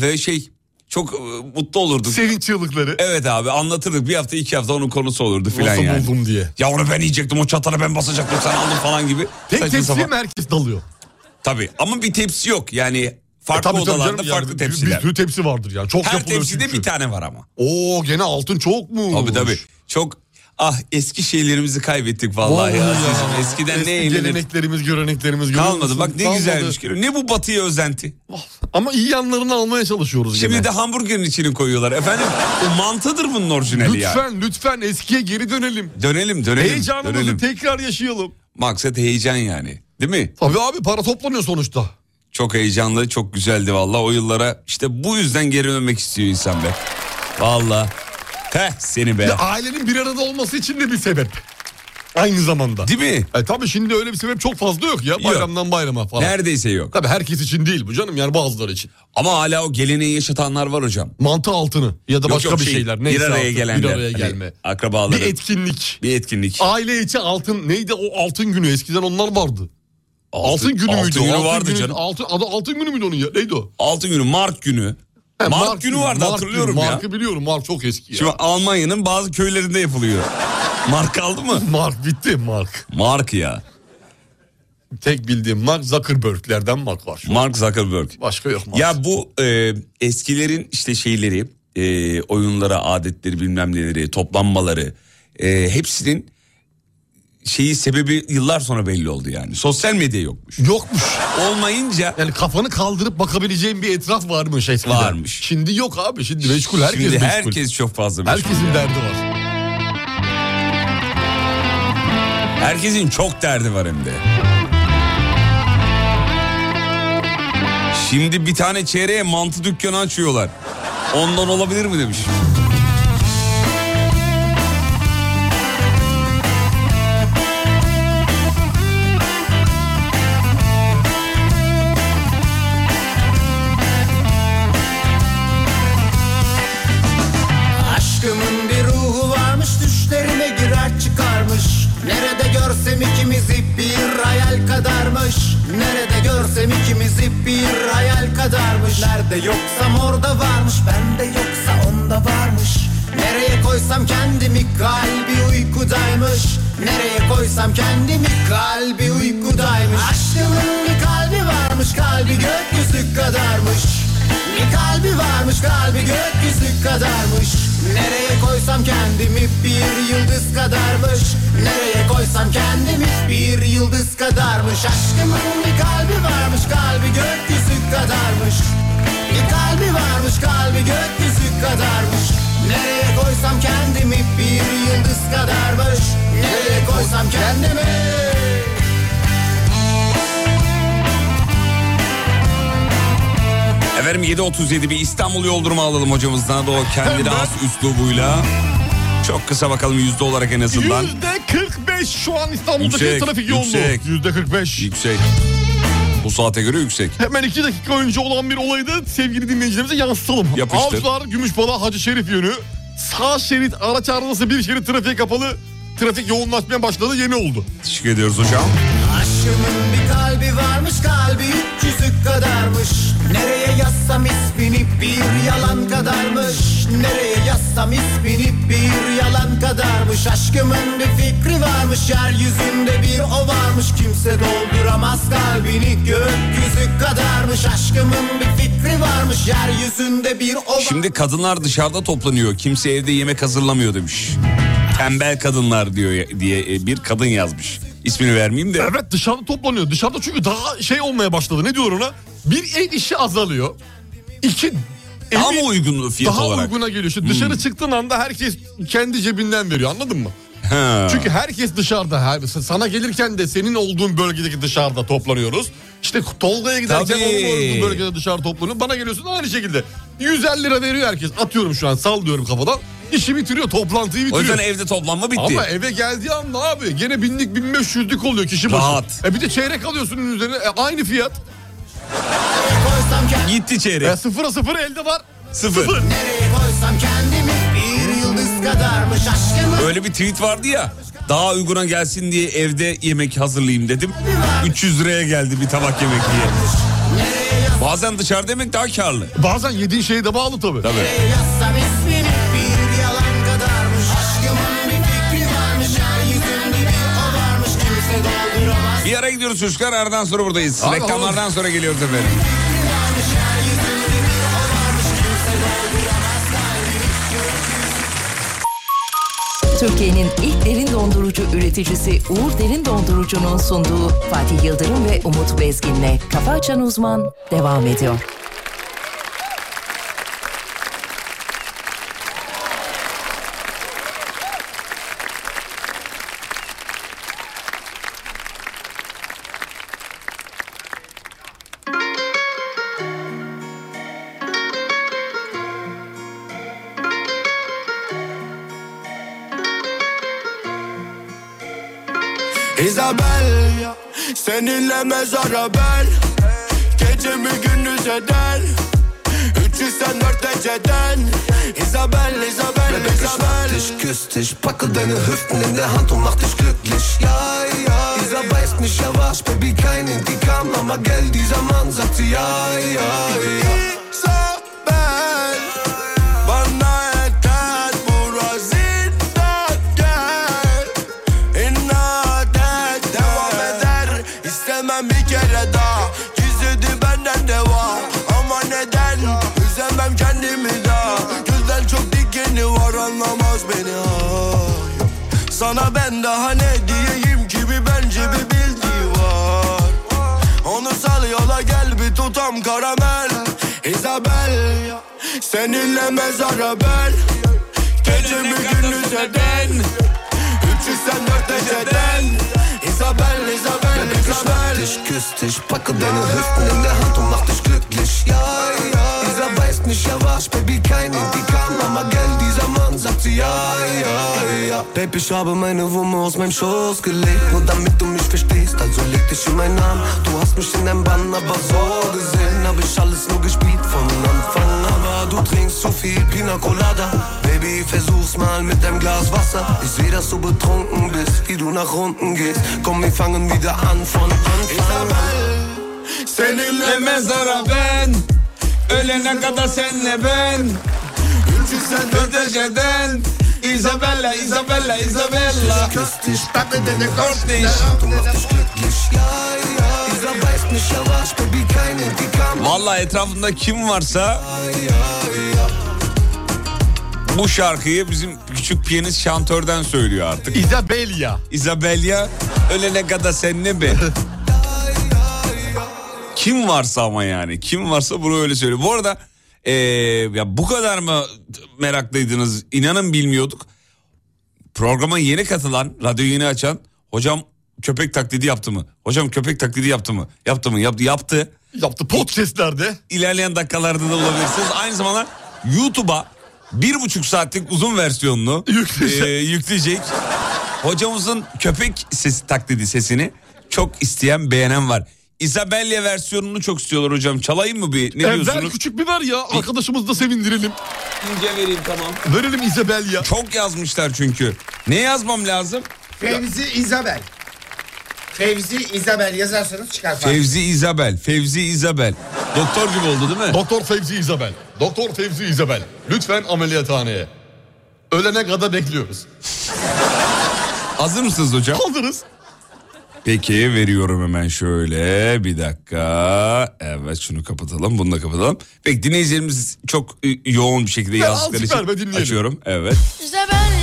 Speaker 3: ve şey çok e, mutlu olurduk.
Speaker 4: Sevinç yıllıkları.
Speaker 3: Evet abi anlatırdık bir hafta iki hafta onun konusu olurdu filan
Speaker 4: Nasıl
Speaker 3: yani.
Speaker 4: buldum diye.
Speaker 3: Ya onu ben yiyecektim o çatara ben basacaktım sen aldın falan gibi.
Speaker 4: Tek
Speaker 3: Saçma
Speaker 4: tepsiye
Speaker 3: sapan.
Speaker 4: mi herkes dalıyor?
Speaker 3: Tabii ama bir tepsi yok yani farklı
Speaker 4: E, tabii tabii
Speaker 3: odalarda
Speaker 4: canım,
Speaker 3: farklı
Speaker 4: yani bir-
Speaker 3: tepsiler.
Speaker 4: Bir sürü tepsi vardır yani. Çok
Speaker 3: Her
Speaker 4: yapılıyor
Speaker 3: tepside
Speaker 4: çünkü.
Speaker 3: bir tane var ama.
Speaker 4: Oo gene altın çok mu?
Speaker 3: Tabii tabii çok ah eski şeylerimizi kaybettik vallahi ya. Azizim. Eskiden
Speaker 4: Eski
Speaker 3: ne eğlenirdik.
Speaker 4: geleneklerimiz, göreneklerimiz. görüyor
Speaker 3: Kalmadı
Speaker 4: musun?
Speaker 3: bak ne
Speaker 4: Kalmadı. Ah,
Speaker 3: güzelmiş. görüyor musun? Ne bu batıya özenti?
Speaker 4: Ama iyi yanlarını almaya çalışıyoruz
Speaker 3: Şimdi
Speaker 4: gene.
Speaker 3: de hamburgerin içini koyuyorlar. Efendim o mantıdır bunun orijinali ya.
Speaker 4: Lütfen lütfen eskiye geri dönelim.
Speaker 3: Dönelim dönelim.
Speaker 4: Heyecanımızı
Speaker 3: dönelim.
Speaker 4: tekrar yaşayalım.
Speaker 3: Maksat heyecan yani. Değil mi?
Speaker 4: Tabii abi para toplanıyor sonuçta.
Speaker 3: Çok heyecanlı, çok güzeldi valla. O yıllara işte bu yüzden geri dönmek istiyor insan be. Valla. Heh seni be.
Speaker 4: Ya ailenin bir arada olması için de bir sebep. Aynı zamanda.
Speaker 3: Değil mi?
Speaker 4: E tabii şimdi öyle bir sebep çok fazla yok ya bayramdan bayrama falan.
Speaker 3: Neredeyse yok.
Speaker 4: Tabii herkes için değil bu canım yani bazıları için.
Speaker 3: Ama hala o geleneği yaşatanlar var hocam.
Speaker 4: Mantı altını ya da
Speaker 3: Yok,
Speaker 4: başka
Speaker 3: yok,
Speaker 4: bir
Speaker 3: şey,
Speaker 4: şeyler. Neyse
Speaker 3: bir araya
Speaker 4: artık,
Speaker 3: gelenler.
Speaker 4: Bir araya
Speaker 3: Hani
Speaker 4: gelme.
Speaker 3: akrabaları.
Speaker 4: Bir etkinlik.
Speaker 3: Bir şey. etkinlik.
Speaker 4: Aile içi altın neydi o altın günü eskiden onlar vardı. Altın, günü müydü?
Speaker 3: Altın
Speaker 4: o?
Speaker 3: günü
Speaker 4: altın
Speaker 3: vardı
Speaker 4: günü-
Speaker 3: canım.
Speaker 4: Altın, adı altın günü müydü onun ya? Neydi o?
Speaker 3: Altın günü, Mart günü.
Speaker 4: He,
Speaker 3: Mart, günü vardı
Speaker 4: Mart
Speaker 3: hatırlıyorum
Speaker 4: günü,
Speaker 3: ya.
Speaker 4: Markı biliyorum Mark çok eski ya.
Speaker 3: Şimdi Almanya'nın bazı köylerinde yapılıyor. Mark kaldı mı?
Speaker 4: Mark bitti Mark.
Speaker 3: Mark ya.
Speaker 4: Tek bildiğim Mark Zuckerberg'lerden Mark var.
Speaker 3: Mark Zuckerberg.
Speaker 4: Başka yok Mark.
Speaker 3: Ya bu e, eskilerin işte şeyleri, e, oyunlara, adetleri bilmem neleri, toplanmaları e, hepsinin şeyi sebebi yıllar sonra belli oldu yani. Sosyal medya yokmuş.
Speaker 4: Yokmuş.
Speaker 3: Olmayınca
Speaker 4: Yani kafanı kaldırıp bakabileceğin bir etraf varmış eskiden.
Speaker 3: Varmış.
Speaker 4: Şimdi yok abi. Şimdi meşgul herkes
Speaker 3: şimdi
Speaker 4: meşgul.
Speaker 3: herkes çok fazla meşgul.
Speaker 4: Herkesin derdi var.
Speaker 3: Herkesin çok derdi var hem de. Şimdi bir tane çeyreğe mantı dükkanı açıyorlar. Ondan olabilir mi demiş.
Speaker 8: Aşkımın bir ruhu varmış düşlerime girer çıkarmış Nerede görsem ikimiz ip bir hayal kadarmış Nerede görsem ikimiz ip bir hayal kadarmış Nerede yoksam orada varmış bende yoksa onda varmış Nereye koysam kendimi kalbi uykudaymış Nereye koysam kendimi kalbi uykudaymış Aşkımın bir kalbi varmış kalbi gökyüzü kadarmış bir kalbi varmış kalbi gökyüzü kadarmış Nereye koysam kendimi bir yıldız kadarmış Nereye koysam kendimi bir yıldız kadarmış Aşkımın bir kalbi varmış kalbi gökyüzü kadarmış Bir kalbi varmış kalbi gökyüzü kadarmış Nereye koysam kendimi bir yıldız kadarmış Nereye koysam kendimi
Speaker 3: Efendim 7.37 bir İstanbul yol durumu alalım hocamızdan da o kendine has üslubuyla. Çok kısa bakalım yüzde olarak en azından.
Speaker 4: Yüzde 45 şu an İstanbul'daki
Speaker 3: Yüksek,
Speaker 4: trafik yoğunluğu.
Speaker 3: yüksek.
Speaker 4: Yüzde 45.
Speaker 3: Yüksek. Bu saate göre yüksek.
Speaker 4: Hemen iki dakika önce olan bir olayı da sevgili dinleyicilerimize yansıtalım.
Speaker 3: Yapıştır.
Speaker 4: Avcılar, Gümüşbala, Hacı Şerif yönü. Sağ şerit araç arızası bir şerit trafiğe kapalı. Trafik yoğunlaşmaya başladı yeni oldu.
Speaker 3: Teşekkür ediyoruz hocam.
Speaker 8: Aşkımın bir kalbi varmış kalbi üç yüzük kadarmış Nereye yazsam ismini bir yalan kadarmış Nereye yazsam ismini bir yalan kadarmış Aşkımın bir fikri varmış yeryüzünde bir o varmış Kimse dolduramaz kalbini gökyüzü kadarmış Aşkımın bir fikri varmış yeryüzünde bir o varmış
Speaker 3: Şimdi kadınlar dışarıda toplanıyor. Kimse evde yemek hazırlamıyor demiş. Tembel kadınlar diyor ya- diye e, bir kadın yazmış. İsmini vermeyeyim de.
Speaker 4: Evet dışarıda toplanıyor. Dışarıda çünkü daha şey olmaya başladı. Ne diyor ona? Bir el işi azalıyor. İki
Speaker 3: Daha mı uygun fiyat
Speaker 4: daha
Speaker 3: olarak?
Speaker 4: uyguna geliyor. Şimdi dışarı
Speaker 3: Hmm.
Speaker 4: çıktığın anda herkes kendi cebinden veriyor anladın mı?
Speaker 3: Ha.
Speaker 4: Çünkü herkes dışarıda. Her- Sana gelirken de senin olduğun bölgedeki dışarıda toplanıyoruz. İşte Tolga'ya giderken
Speaker 3: Tabii.
Speaker 4: onun olduğu bölgede dışarı toplanıyor. Bana geliyorsun aynı şekilde. 150 lira veriyor herkes. Atıyorum şu an sallıyorum kafadan. İşi bitiriyor toplantıyı
Speaker 3: O
Speaker 4: bitiriyor.
Speaker 3: yüzden evde toplanma bitti.
Speaker 4: Ama eve geldiği anda abi gene binlik 1500'lük oluyor kişi başı.
Speaker 3: Rahat.
Speaker 4: E bir de çeyrek alıyorsun onun üzerine e, aynı fiyat.
Speaker 10: Koysam kendimi
Speaker 3: Gitti çeyrek.
Speaker 4: E, sıfıra sıfır elde var.
Speaker 3: Sıfır.
Speaker 10: nereye koysam kendimi Bir yıldız kadarmış aşkımı
Speaker 3: Öyle bir tweet vardı ya. Daha uyguna gelsin diye evde yemek hazırlayayım dedim. 300 liraya geldi bir tabak yemek diye. Bazen dışarıda yemek daha karlı.
Speaker 4: Bazen yediğin şeye de bağlı tabii.
Speaker 3: Tabii.
Speaker 10: Yazsam ismini bir yalan kadarmış Aşkımın bir fikri varmış Yeryüzünde bir o varmış Kimse dolduramaz
Speaker 3: Bir ara gidiyoruz çocuklar aradan sonra buradayız.
Speaker 4: Abi,
Speaker 3: Reklamlardan sonra geliyoruz efendim.
Speaker 9: Türkiye'nin ilk derin dondurucu üreticisi Uğur Derin Dondurucu'nun sunduğu Fatih Yıldırım ve Umut Bezgin'le Kafa Açan Uzman devam ediyor.
Speaker 10: Isabel Seninle mezara ben Gece mi gündüz eder Üçü sen dört eceden Isabel, Isabel, Isabel
Speaker 11: dich, küss dich, packe deine Hüften in der Hand und mach dich glücklich. Ja, ja, dieser weiß nicht, er war's, Baby, kein Indikam, aber gell, dieser Mann sagt sie, ja, ja, ja.
Speaker 10: Isabel Bana yeter Burası gel İnat et Devam eder İstemem bir kere daha Gizledi benden deva Ama neden Üzemem kendimi daha Gülden çok dikeni var Anlamaz beni ay. Sana ben daha ne diyeyim ki bir bence bir bildiği var Onu sal yola gel bir tutam karamel Isabel Seninle mezara bel Gece mi gündüz eden Üçü sen dört eceden Isabel, Isabel, Isabel
Speaker 11: Ich küss dich, packe deine Hüften in der Hand und mach dich glücklich. Ja, ja, dieser weiß nicht, er war's, Baby, kein Indikam, aber gell, dieser Mann sagt sie, ja, ja, ja. Baby, ich habe meine Wumme aus meinem Schoß gelegt, nur damit du mich verstehst, also leg dich in meinen Arm. Du hast mich in deinem Bann, aber so gesehen hab ich alles nur gespielt von Anfang an. Aber du trinkst zu viel Pina Colada, Baby, versuch's mal mit deinem Glas Wasser. Ich seh, dass du betrunken bist, wie du nach unten gehst. Komm, wir fangen wieder an von Anfang an.
Speaker 10: Seninle mezara
Speaker 3: ben, ölene kadar senle ben.
Speaker 10: Üçü sen dört eceden
Speaker 3: Öteceden Isabella, Isabella, Isabella.
Speaker 10: Küss dich, packe deine Kopf
Speaker 3: Valla etrafında kim varsa bu şarkıyı bizim küçük piyanist şantörden söylüyor artık.
Speaker 4: Isabella.
Speaker 3: Isabella ölene kadar seninle be. Kim varsa ama yani kim varsa bunu öyle söylüyor. Bu arada eee, ya bu kadar mı meraklıydınız inanın bilmiyorduk. Programa yeni katılan radyoyu yeni açan hocam köpek taklidi yaptı mı? Hocam köpek taklidi yaptı mı? Yaptı mı? Yaptı. yaptı.
Speaker 4: Yaptı podcastlerde.
Speaker 3: İlerleyen dakikalarda da bulabilirsiniz. Aynı zamanda YouTube'a bir buçuk saatlik uzun versiyonunu
Speaker 4: Yükleyecek.
Speaker 3: e, yükleyecek. Hocamızın köpek sesi taklidi sesini çok isteyen beğenen var. Isabella versiyonunu çok istiyorlar hocam. Çalayım mı bir? Ne
Speaker 4: E, ver
Speaker 3: diyorsunuz?
Speaker 4: küçük bir ver ya. Arkadaşımızı da sevindirelim.
Speaker 3: İnce vereyim tamam.
Speaker 4: Verelim Isabella.
Speaker 3: Çok yazmışlar çünkü. Ne yazmam lazım?
Speaker 12: Fevzi İzabel. Fevzi İzabel yazarsanız çıkar.
Speaker 3: Fevzi Isabel. Fevzi Isabel. Doktor gibi oldu değil mi?
Speaker 4: Doktor Fevzi İzabel. Doktor Fevzi İzabel. Lütfen ameliyathaneye. Ölene kadar bekliyoruz.
Speaker 3: Hazır mısınız hocam?
Speaker 4: Hazırız.
Speaker 3: Peki veriyorum hemen şöyle bir dakika. Evet şunu kapatalım bunu da kapatalım. Peki dinleyicilerimiz çok e, yoğun bir şekilde yazdıkları
Speaker 4: azıcık
Speaker 3: için
Speaker 4: ver be, dinleyelim.
Speaker 3: açıyorum. Evet.
Speaker 13: Isabel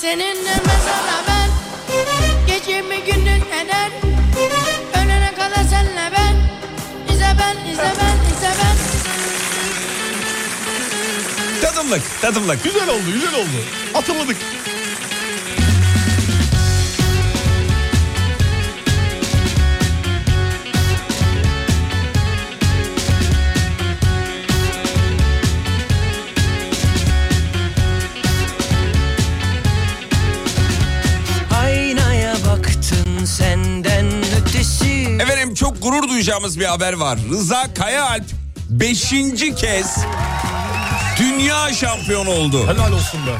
Speaker 13: Seninle mezara ben Gecemi gündüz eder Ölene kadar senle ben İze ben, ize ben, ize ben
Speaker 3: Tadımlık, tadımlık.
Speaker 4: Güzel oldu, güzel oldu. Atımladık.
Speaker 1: Aynaya baktın senden ötesi
Speaker 3: Efendim çok gurur duyacağımız bir haber var. Rıza Kayaalp 5. kez dünya şampiyonu oldu.
Speaker 4: Helal olsun be.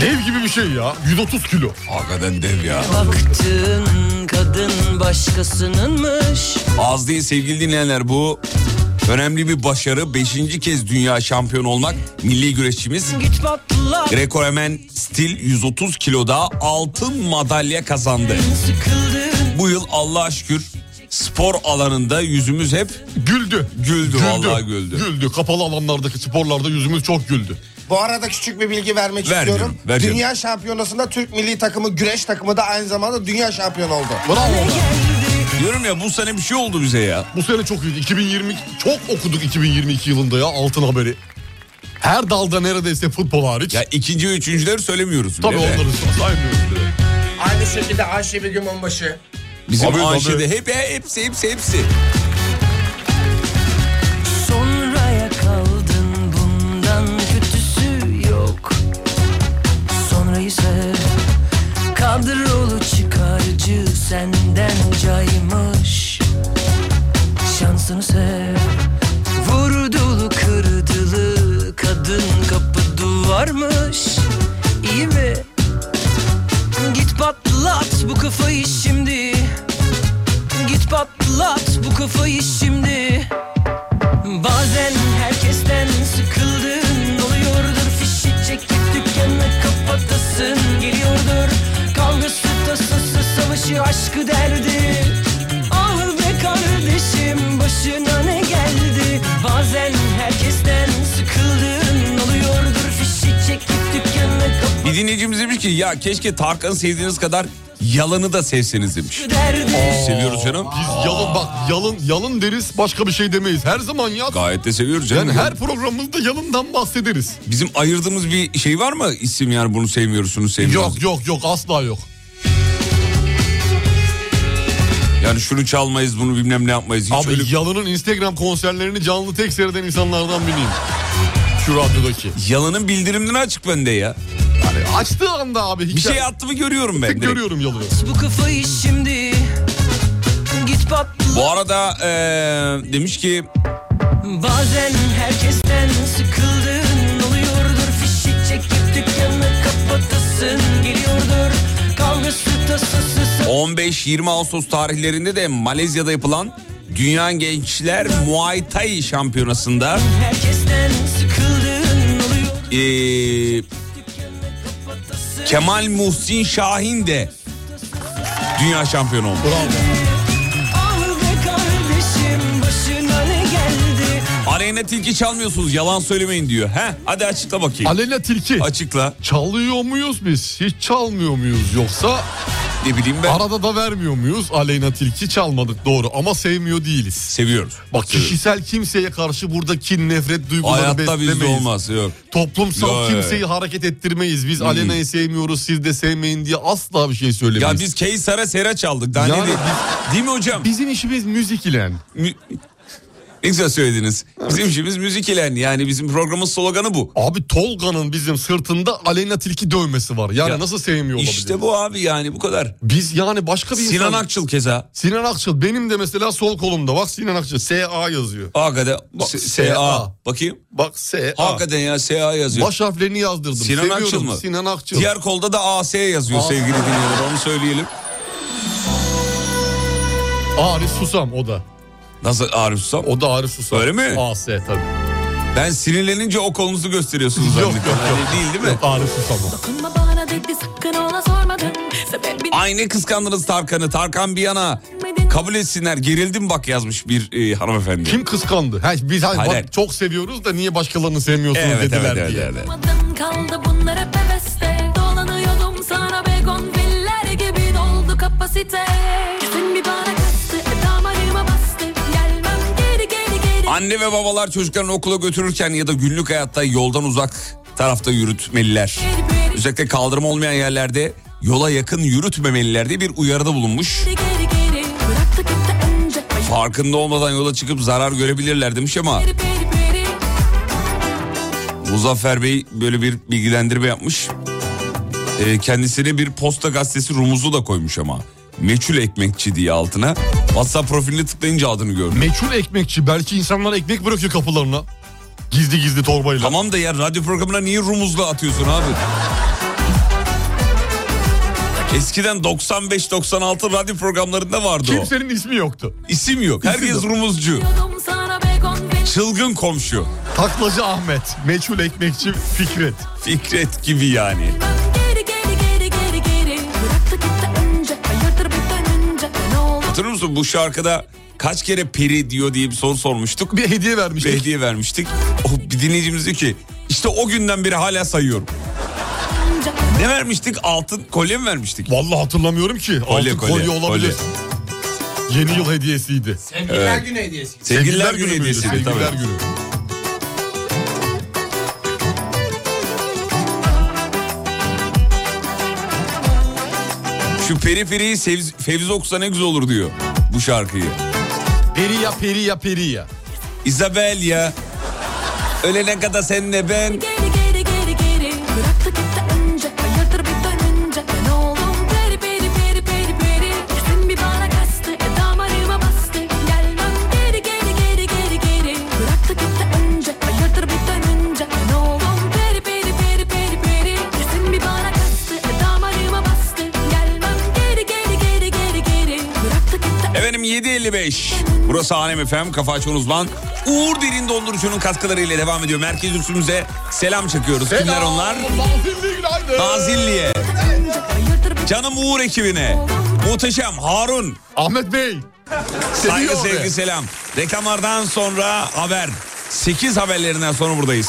Speaker 4: Dev gibi bir şey ya. 130 kilo.
Speaker 3: Hakikaten dev ya.
Speaker 1: Baktın kadın başkasınınmış
Speaker 3: Az değil sevgili dinleyenler bu önemli bir başarı. Beşinci kez dünya şampiyonu olmak milli güreşçimiz.
Speaker 1: Git patla
Speaker 3: Greco-Romen stil 130 kiloda altın madalya kazandı. Bu yıl Allah'a şükür spor alanında yüzümüz hep
Speaker 4: güldü.
Speaker 3: Güldü, vallahi güldü.
Speaker 4: Güldü. Kapalı alanlardaki sporlarda yüzümüz çok güldü.
Speaker 12: Bu arada küçük bir bilgi vermek
Speaker 4: Ver
Speaker 12: istiyorum.
Speaker 4: canım, ver canım.
Speaker 12: Dünya şampiyonasında Türk milli takımı güreş takımı da aynı zamanda dünya şampiyonu oldu.
Speaker 4: Bravo.
Speaker 3: Diyorum ya bu sene bir şey oldu bize ya.
Speaker 4: Bu sene çok iyiydi. 2020 çok okuduk 2022 yılında ya altın haberi. Her dalda neredeyse futbol hariç.
Speaker 3: Ya ikinci ve üçüncüleri söylemiyoruz bile
Speaker 4: Tabii
Speaker 3: de.
Speaker 4: onları saymıyoruz bile.
Speaker 12: Aynı şekilde Ayşe Begüm Onbaşı.
Speaker 3: Bizim
Speaker 4: Tabii,
Speaker 3: Ayşe'de
Speaker 4: tabii.
Speaker 3: hep e, hepsi hepsi hepsi.
Speaker 1: Sonraya kaldın bundan kötüsü yok Sonra ise kadrolu çıkarcı senden caymış Şansını sev Vurdulu kırdılı kadın kapı duvarmış İyi mi? Git patlat bu kafayı şimdi Git patlat bu kafayı şimdi Bazen herkesten sıkıldın Oluyordur fişi çekip dükkanı kapatasın Geliyordur kavgası tasası savaşı aşkı derdi Ah be kardeşim başına ne geldi Bazen herkesten sıkıldın Oluyordur fişi çekip dükkanı
Speaker 3: Bir dinleyicimiz demiş ki ya keşke Tarkan'ı sevdiğiniz kadar yalanı da sevseniz demiş. Seviyoruz canım.
Speaker 4: Biz yalın bak yalın yalın deriz başka bir şey demeyiz. Her zaman ya.
Speaker 3: Gayet de seviyoruz canım.
Speaker 4: Yani her programımızda yalından bahsederiz.
Speaker 3: Bizim ayırdığımız bir şey var mı isim yani bunu sevmiyoruz şunu sevmiyoruz.
Speaker 4: Yok yok yok asla yok.
Speaker 3: Yani şunu çalmayız bunu bilmem ne yapmayız. Hiç
Speaker 4: Abi
Speaker 3: öyle-
Speaker 4: Yalın'ın Instagram konserlerini canlı tek seyreden insanlardan biriyim. Şu radyodaki.
Speaker 3: Yalanın bildirimlerini açık bende ya.
Speaker 4: Yani açtığı anda abi.
Speaker 3: Bir şey attı mı görüyorum ben direkt.
Speaker 4: Görüyorum Yalın'ı.
Speaker 1: Bu kafayı şimdi Git patlat
Speaker 3: Bu arada eee, demiş ki
Speaker 1: Bazen herkesten sıkıldın Oluyordur fişi çekip dükkanı kapatasın Geliyordur kavgası tasası
Speaker 3: 15-20 Ağustos tarihlerinde de Malezya'da yapılan Dünya Gençler Muay Thai şampiyonasında e,
Speaker 1: Herkesten sıkıldın Oluyor
Speaker 3: eee, Kemal Muhsin Şahin de dünya şampiyonu oldu.
Speaker 1: ah be kardeşim başına ne geldi
Speaker 3: Aleyna Tilki çalmıyorsunuz yalan söylemeyin diyor. He hadi açıkla bakayım.
Speaker 4: Aleyna Tilki.
Speaker 3: Açıkla.
Speaker 4: Çalıyor muyuz biz? Hiç çalmıyor muyuz yoksa?
Speaker 3: Ne bileyim ben.
Speaker 4: Arada da vermiyor muyuz? Aleyna Tilki çalmadık doğru ama sevmiyor değiliz.
Speaker 3: Seviyoruz.
Speaker 4: Bak kişisel kimseye karşı burada kin, nefret duyguları
Speaker 3: Hayatta bizde
Speaker 4: beslemeyiz.
Speaker 3: olmaz yok.
Speaker 4: Toplumsal
Speaker 3: Yok,
Speaker 4: kimseyi
Speaker 3: evet.
Speaker 4: hareket ettirmeyiz. Biz
Speaker 3: Hmm.
Speaker 4: Aleyna'yı sevmiyoruz siz de sevmeyin diye asla bir şey
Speaker 3: Ya
Speaker 4: söylemeyiz.
Speaker 3: biz Keysar'a Sera çaldık. Daha
Speaker 4: Yani
Speaker 3: ne diyeyim? Değil mi hocam?
Speaker 4: Bizim işimiz müzik ile.
Speaker 3: Mü- Ne güzel söylediniz. Bizim işimiz müzik ile yani bizim programın sloganı bu.
Speaker 4: Abi Tolga'nın bizim sırtında Aleyna Tilki dövmesi var. Yani
Speaker 3: Ya,
Speaker 4: nasıl sevmiyor olabilir?
Speaker 3: İşte bu abi yani bu kadar.
Speaker 4: Biz yani başka bir
Speaker 3: Sinan
Speaker 4: insan-
Speaker 3: Akçıl keza.
Speaker 4: Sinan Akçıl benim de mesela sol kolumda. Bak Sinan Akçıl S-A yazıyor.
Speaker 3: Hakikaten
Speaker 4: Bak,
Speaker 3: S-
Speaker 4: SA.
Speaker 3: SA. Bakayım.
Speaker 4: Bak S-A.
Speaker 3: Hakikaten ya SA yazıyor.
Speaker 4: Baş harflerini yazdırdım.
Speaker 3: Sinan
Speaker 4: Seviyorum.
Speaker 3: Akçıl mı?
Speaker 4: Sinan Akçıl.
Speaker 3: Diğer kolda da AS yazıyor
Speaker 4: Aa.
Speaker 3: sevgili dinleyenler onu söyleyelim.
Speaker 4: Arif Susam o da.
Speaker 3: Nasıl Arif Susam?
Speaker 4: O da Arif Susam.
Speaker 3: Öyle mi?
Speaker 4: AS tabii.
Speaker 3: Ben sinirlenince o kolunuzu gösteriyorsunuz. yok yok Değil değil mi?
Speaker 4: Arif Susam
Speaker 14: Dokunma bana dedi sakın ona sormadım Sebebini
Speaker 3: Aynı kıskandınız Tarkan'ı. Tarkan bir yana. Kabul etsinler. Gerildim bak yazmış bir e, hanımefendi.
Speaker 4: Kim kıskandı? Ha, biz hani
Speaker 3: Hayır, hayır.
Speaker 4: bak, çok seviyoruz da niye başkalarını sevmiyorsunuz
Speaker 3: Evet,
Speaker 4: dediler
Speaker 3: evet, evet,
Speaker 4: diye.
Speaker 3: evet, evet.
Speaker 14: anlamadın kaldı bunlar hep heveste Dolanıyor
Speaker 15: basite Sen bir bana kastı e, damarıma bastı Gelmem geri geri geri
Speaker 3: Anne ve babalar çocuklarını okula götürürken ya da günlük hayatta yoldan uzak tarafta yürütmeliler. Özellikle kaldırım olmayan yerlerde yola yakın yürütmemeliler diye bir uyarıda bulunmuş.
Speaker 15: geri geri geri Bıraktı gitti önce
Speaker 3: Farkında olmadan yola çıkıp zarar görebilirler demiş ama
Speaker 15: Beri beri beri
Speaker 3: Muzaffer Bey böyle bir bilgilendirme yapmış. Ee, kendisine bir posta gazetesi rumuzu da koymuş ama. Meçhul ekmekçi diye altına. WhatsApp profiline tıklayınca adını gördüm.
Speaker 4: Meçhul ekmekçi belki insanlar ekmek bırakıyor kapılarına. Gizli gizli torbayla.
Speaker 3: Tamam da ya radyo programına niye rumuzla atıyorsun abi? Eskiden 95-96 radyo programlarında vardı o.
Speaker 4: Kimsenin ismi yoktu.
Speaker 3: İsim yok. Herkes
Speaker 4: İsim yok.
Speaker 3: rumuzcu.
Speaker 15: Yudum sana begon ve
Speaker 3: Çılgın komşu.
Speaker 4: Taklacı Ahmet. Meçhul ekmekçi Fikret.
Speaker 3: Fikret gibi yani.
Speaker 15: Geri geri geri geri geri Bıraktı gitti önce Hayırdır bir dönünce Ne oldu
Speaker 3: Hatırlıyor musun bu şarkıda kaç kere peri diyor diye bir soru sormuştuk.
Speaker 4: Bir hediye vermiştik.
Speaker 3: Bir hediye vermiştik. O bir dinleyicimiz diyor ki işte o günden beri hala sayıyorum. Ne vermiştik? Altın kolye mi vermiştik?
Speaker 4: Vallahi hatırlamıyorum ki. Altın kolye olabilir. Yeni yıl hediyesiydi.
Speaker 3: Sevgililer Evet. Günü
Speaker 16: hediyesi.
Speaker 3: Sevgililer Günü
Speaker 4: müydü?
Speaker 3: hediyesiydi,
Speaker 4: Sevgililer
Speaker 3: tabii.
Speaker 4: günü.
Speaker 3: Şu peri periyi Sevz- Fevzi okusa ne güzel olur diyor bu şarkıyı.
Speaker 4: Peri ya peri ya peri ya.
Speaker 3: Isabel ya. Ölene kadar senle ben.
Speaker 15: Geri geri geri geri Bıraktı gitti önce Hayırdır bir dönünce Ne oldu Beri beri beri beri beri Sen bir bana kastı e, damarıma bastı Gelmem geri geri geri geri geri Bıraktı gitti önce Hayırdır bir dönünce Ne oldu Beri beri beri beri beri Sen bir bana kastı e, damarıma bastı Gelmem geri geri geri geri geri Bıraktı gitti
Speaker 3: Efendim 7.55. Burası Alem FM. Kafa açan uzman. Uğur Derin Dondurucu'nun katkılarıyla devam ediyor. Merkez üstümüze selam çakıyoruz. Kimler onlar? Nazilli'ye. Canım Uğur ekibine. Muhteşem Harun.
Speaker 4: Ahmet Bey.
Speaker 3: Saygı
Speaker 4: Seviyor be.
Speaker 3: sevgi selam. Reklamlardan sonra haber. 8 haberlerinden sonra buradayız.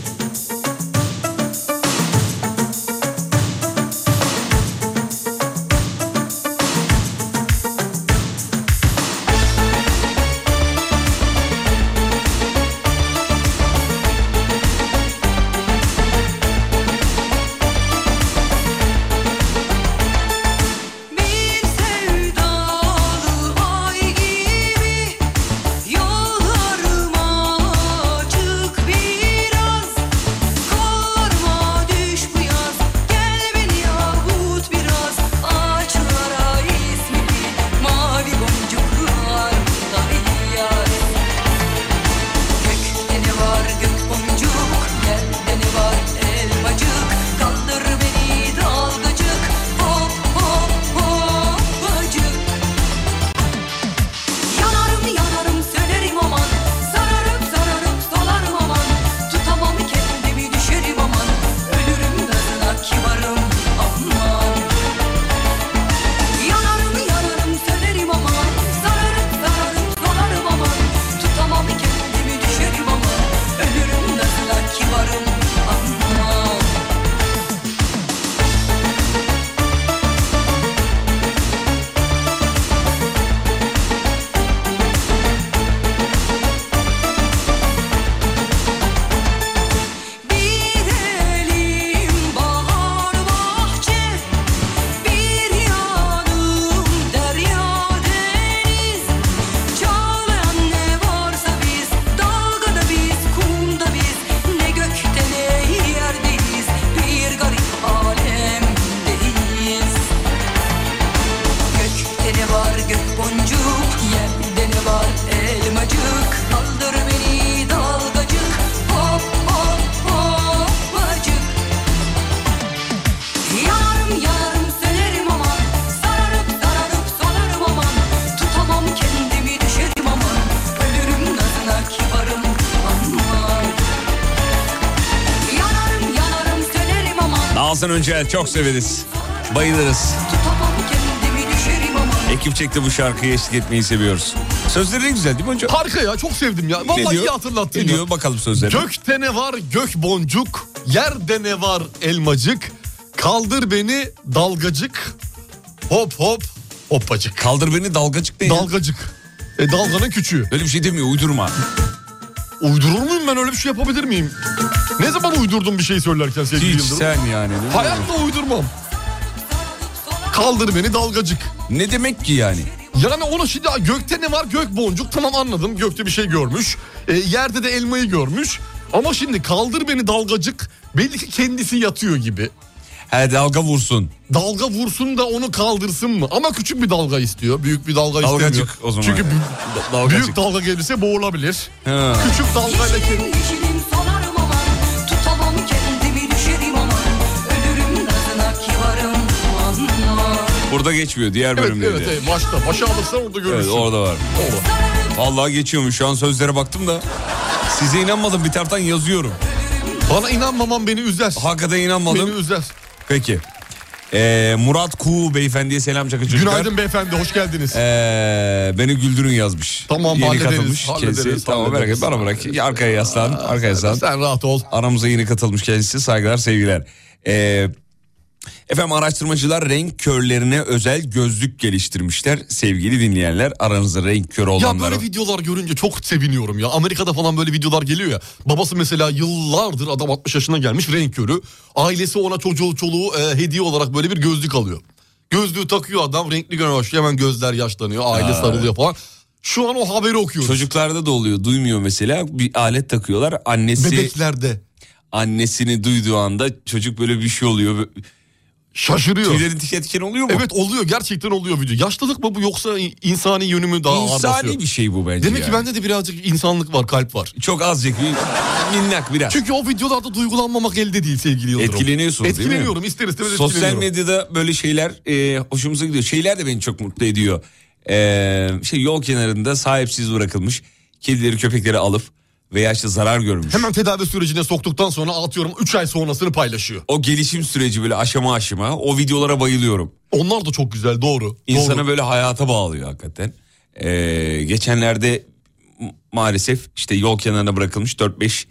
Speaker 17: Bir sevdalı ay gibi yollarıma çık biraz Korma düş bu yaz gel beni yahut biraz Ağaçlara ismini mavi boncuklarla yar Gökte ne var gök boncuk yerde ne var elmacık Kaldır beni dalgacık hop hop hopacık Yanarım yanarım sönerim aman Sararım sararım solarım aman Tutamam kendimi düşerim aman Ölürüm gazına kibarım aman Yanarım yanarım sönerim aman Sararım sararım solarım aman Tutamam kendimi düşerim aman Ölürüm gazına kibarım aman Bir elim bahar bahçe, bir yanım derya deniz. Çağlayan ne varsa biz, dalgada biz, kumda biz, ne gökte ne yerdeyiz, bir garip alemdeyiz. Gökte ne var gök boncuk, yerde ne var elmacık, kaldır beni dalgacık, hop hop hopacık. Yanarım yanarım sönerim aman, sararıp sararıp solarım aman, tutamam kendimi düşerim aman, ölürüm gazına kibarım aman. Yanarım yanarım sönerim aman,
Speaker 3: Nazan Öncel çok severiz. Bayılırız.
Speaker 17: tutamam kendimi düşerim aman.
Speaker 3: Ekip çekti bu şarkıyı eşlik etmeyi seviyoruz. Sözleri ne güzel değil mi hocam?
Speaker 4: Harika ya çok sevdim ya. Vallahi iyi hatırlattın
Speaker 3: Ne
Speaker 4: ya.
Speaker 3: diyor bakalım sözleri.
Speaker 4: Gökte ne var gök boncuk, yerde ne var elmacık, kaldır beni dalgacık, hop hop hoppacık.
Speaker 3: Kaldır beni dalgacık ne
Speaker 4: Dalgacık. E dalganın küçüğü.
Speaker 3: Öyle bir şey demiyor uydurma.
Speaker 4: Uydurur muyum ben öyle bir şey yapabilir miyim? Ne zaman uydurdum bir şey söylerken sevgili
Speaker 3: Hiç
Speaker 4: Yıldırım?
Speaker 3: sen yani. değil mi?
Speaker 4: Hayatta uydurmam. Kaldır beni dalgacık.
Speaker 3: Ne demek ki yani?
Speaker 4: Yani onu şimdi gökte ne var gök boncuk tamam anladım gökte bir şey görmüş. E, yerde de elmayı görmüş. Ama şimdi kaldır beni dalgacık belli ki kendisi yatıyor gibi.
Speaker 3: He dalga vursun.
Speaker 4: Dalga vursun da onu kaldırsın mı? Ama küçük bir dalga istiyor. Büyük bir dalga
Speaker 3: Dalgacık
Speaker 4: istemiyor.
Speaker 3: o zaman.
Speaker 4: Çünkü
Speaker 3: Da-
Speaker 4: bu-
Speaker 3: dalgacık.
Speaker 4: büyük dalga gelirse boğulabilir.
Speaker 3: Ha.
Speaker 4: Küçük dalgayla
Speaker 2: Yeşilim yeşilim solarım aman Tutamam kendimi düşerim aman Ölürüm nazına kibarım aman
Speaker 3: Burada geçmiyor diğer bölümde.
Speaker 4: Evet evet başta. Başa alırsan orada görürsün.
Speaker 3: orada var. Vallahi geçiyormuş şu an sözlere baktım da. Size inanmadım bir taraftan yazıyorum.
Speaker 4: Bana inanmaman beni üzer.
Speaker 3: Hakikaten inanmadım.
Speaker 4: Beni üzer.
Speaker 3: Peki. Ee, Murat Kuğu beyefendiye selam çakın çocuklar.
Speaker 4: Günaydın beyefendi hoş geldiniz.
Speaker 3: Ee, beni güldürün yazmış.
Speaker 4: Tamam,
Speaker 3: Yeni
Speaker 4: hallederiz,
Speaker 3: katılmış
Speaker 4: hallederiz,
Speaker 3: kendisi. Tamam merak
Speaker 4: hallederiz.
Speaker 3: etme bana bırak. Ya Arkaya yaslan. Arkaya yaslan.
Speaker 4: Sen rahat ol.
Speaker 3: Aramıza yeni katılmış kendisi. Saygılar sevgiler. Ee, efendim araştırmacılar renk körlerine özel gözlük geliştirmişler. Sevgili dinleyenler aranızda renk körü
Speaker 4: Ya
Speaker 3: olanlar.
Speaker 4: böyle videolar görünce çok seviniyorum ya. Amerika'da falan böyle videolar geliyor ya. Babası mesela yıllardır adam 60 yaşına gelmiş renk körü. Ailesi ona çocuğu çoluğu e, hediye olarak böyle bir gözlük alıyor. Gözlüğü takıyor adam renkli göne başlıyor hemen gözler yaşlanıyor aile
Speaker 3: Ha.
Speaker 4: sarılıyor falan. Şu an o haberi okuyoruz.
Speaker 3: Çocuklarda da oluyor duymuyor mesela bir alet takıyorlar annesi
Speaker 4: Bebeklerde.
Speaker 3: annesini duyduğu anda çocuk böyle bir şey oluyor.
Speaker 4: Şaşırıyor.
Speaker 3: Tüyleri diken diken oluyor mu?
Speaker 4: Evet oluyor gerçekten oluyor video. Yaşlılık mı bu yoksa in- insani yönü mü daha ağır
Speaker 3: İnsani
Speaker 4: basıyor?
Speaker 3: bir şey bu bence
Speaker 4: Demek ki
Speaker 3: yani.
Speaker 4: bende de birazcık insanlık var kalp var.
Speaker 3: Çok azıcık bir minnak biraz.
Speaker 4: Çünkü o videolarda duygulanmamak elde değil sevgili Yıldırım.
Speaker 3: Etkileniyorsun değil mi?
Speaker 4: Etkileniyorum ister istemez
Speaker 3: Sosyal
Speaker 4: etkileniyorum.
Speaker 3: medyada böyle şeyler e, hoşumuza gidiyor. Şeyler de beni çok mutlu ediyor. E, şey yol kenarında sahipsiz bırakılmış kedileri köpekleri alıp veya işte zarar görmüş.
Speaker 4: Hemen tedavi sürecine soktuktan sonra atıyorum 3 ay sonrasını paylaşıyor.
Speaker 3: O gelişim süreci böyle aşama aşama o videolara bayılıyorum.
Speaker 4: Onlar da çok güzel doğru.
Speaker 3: İnsanı
Speaker 4: doğru.
Speaker 3: böyle hayata bağlıyor hakikaten. E, geçenlerde m- maalesef işte yol kenarına bırakılmış 4-5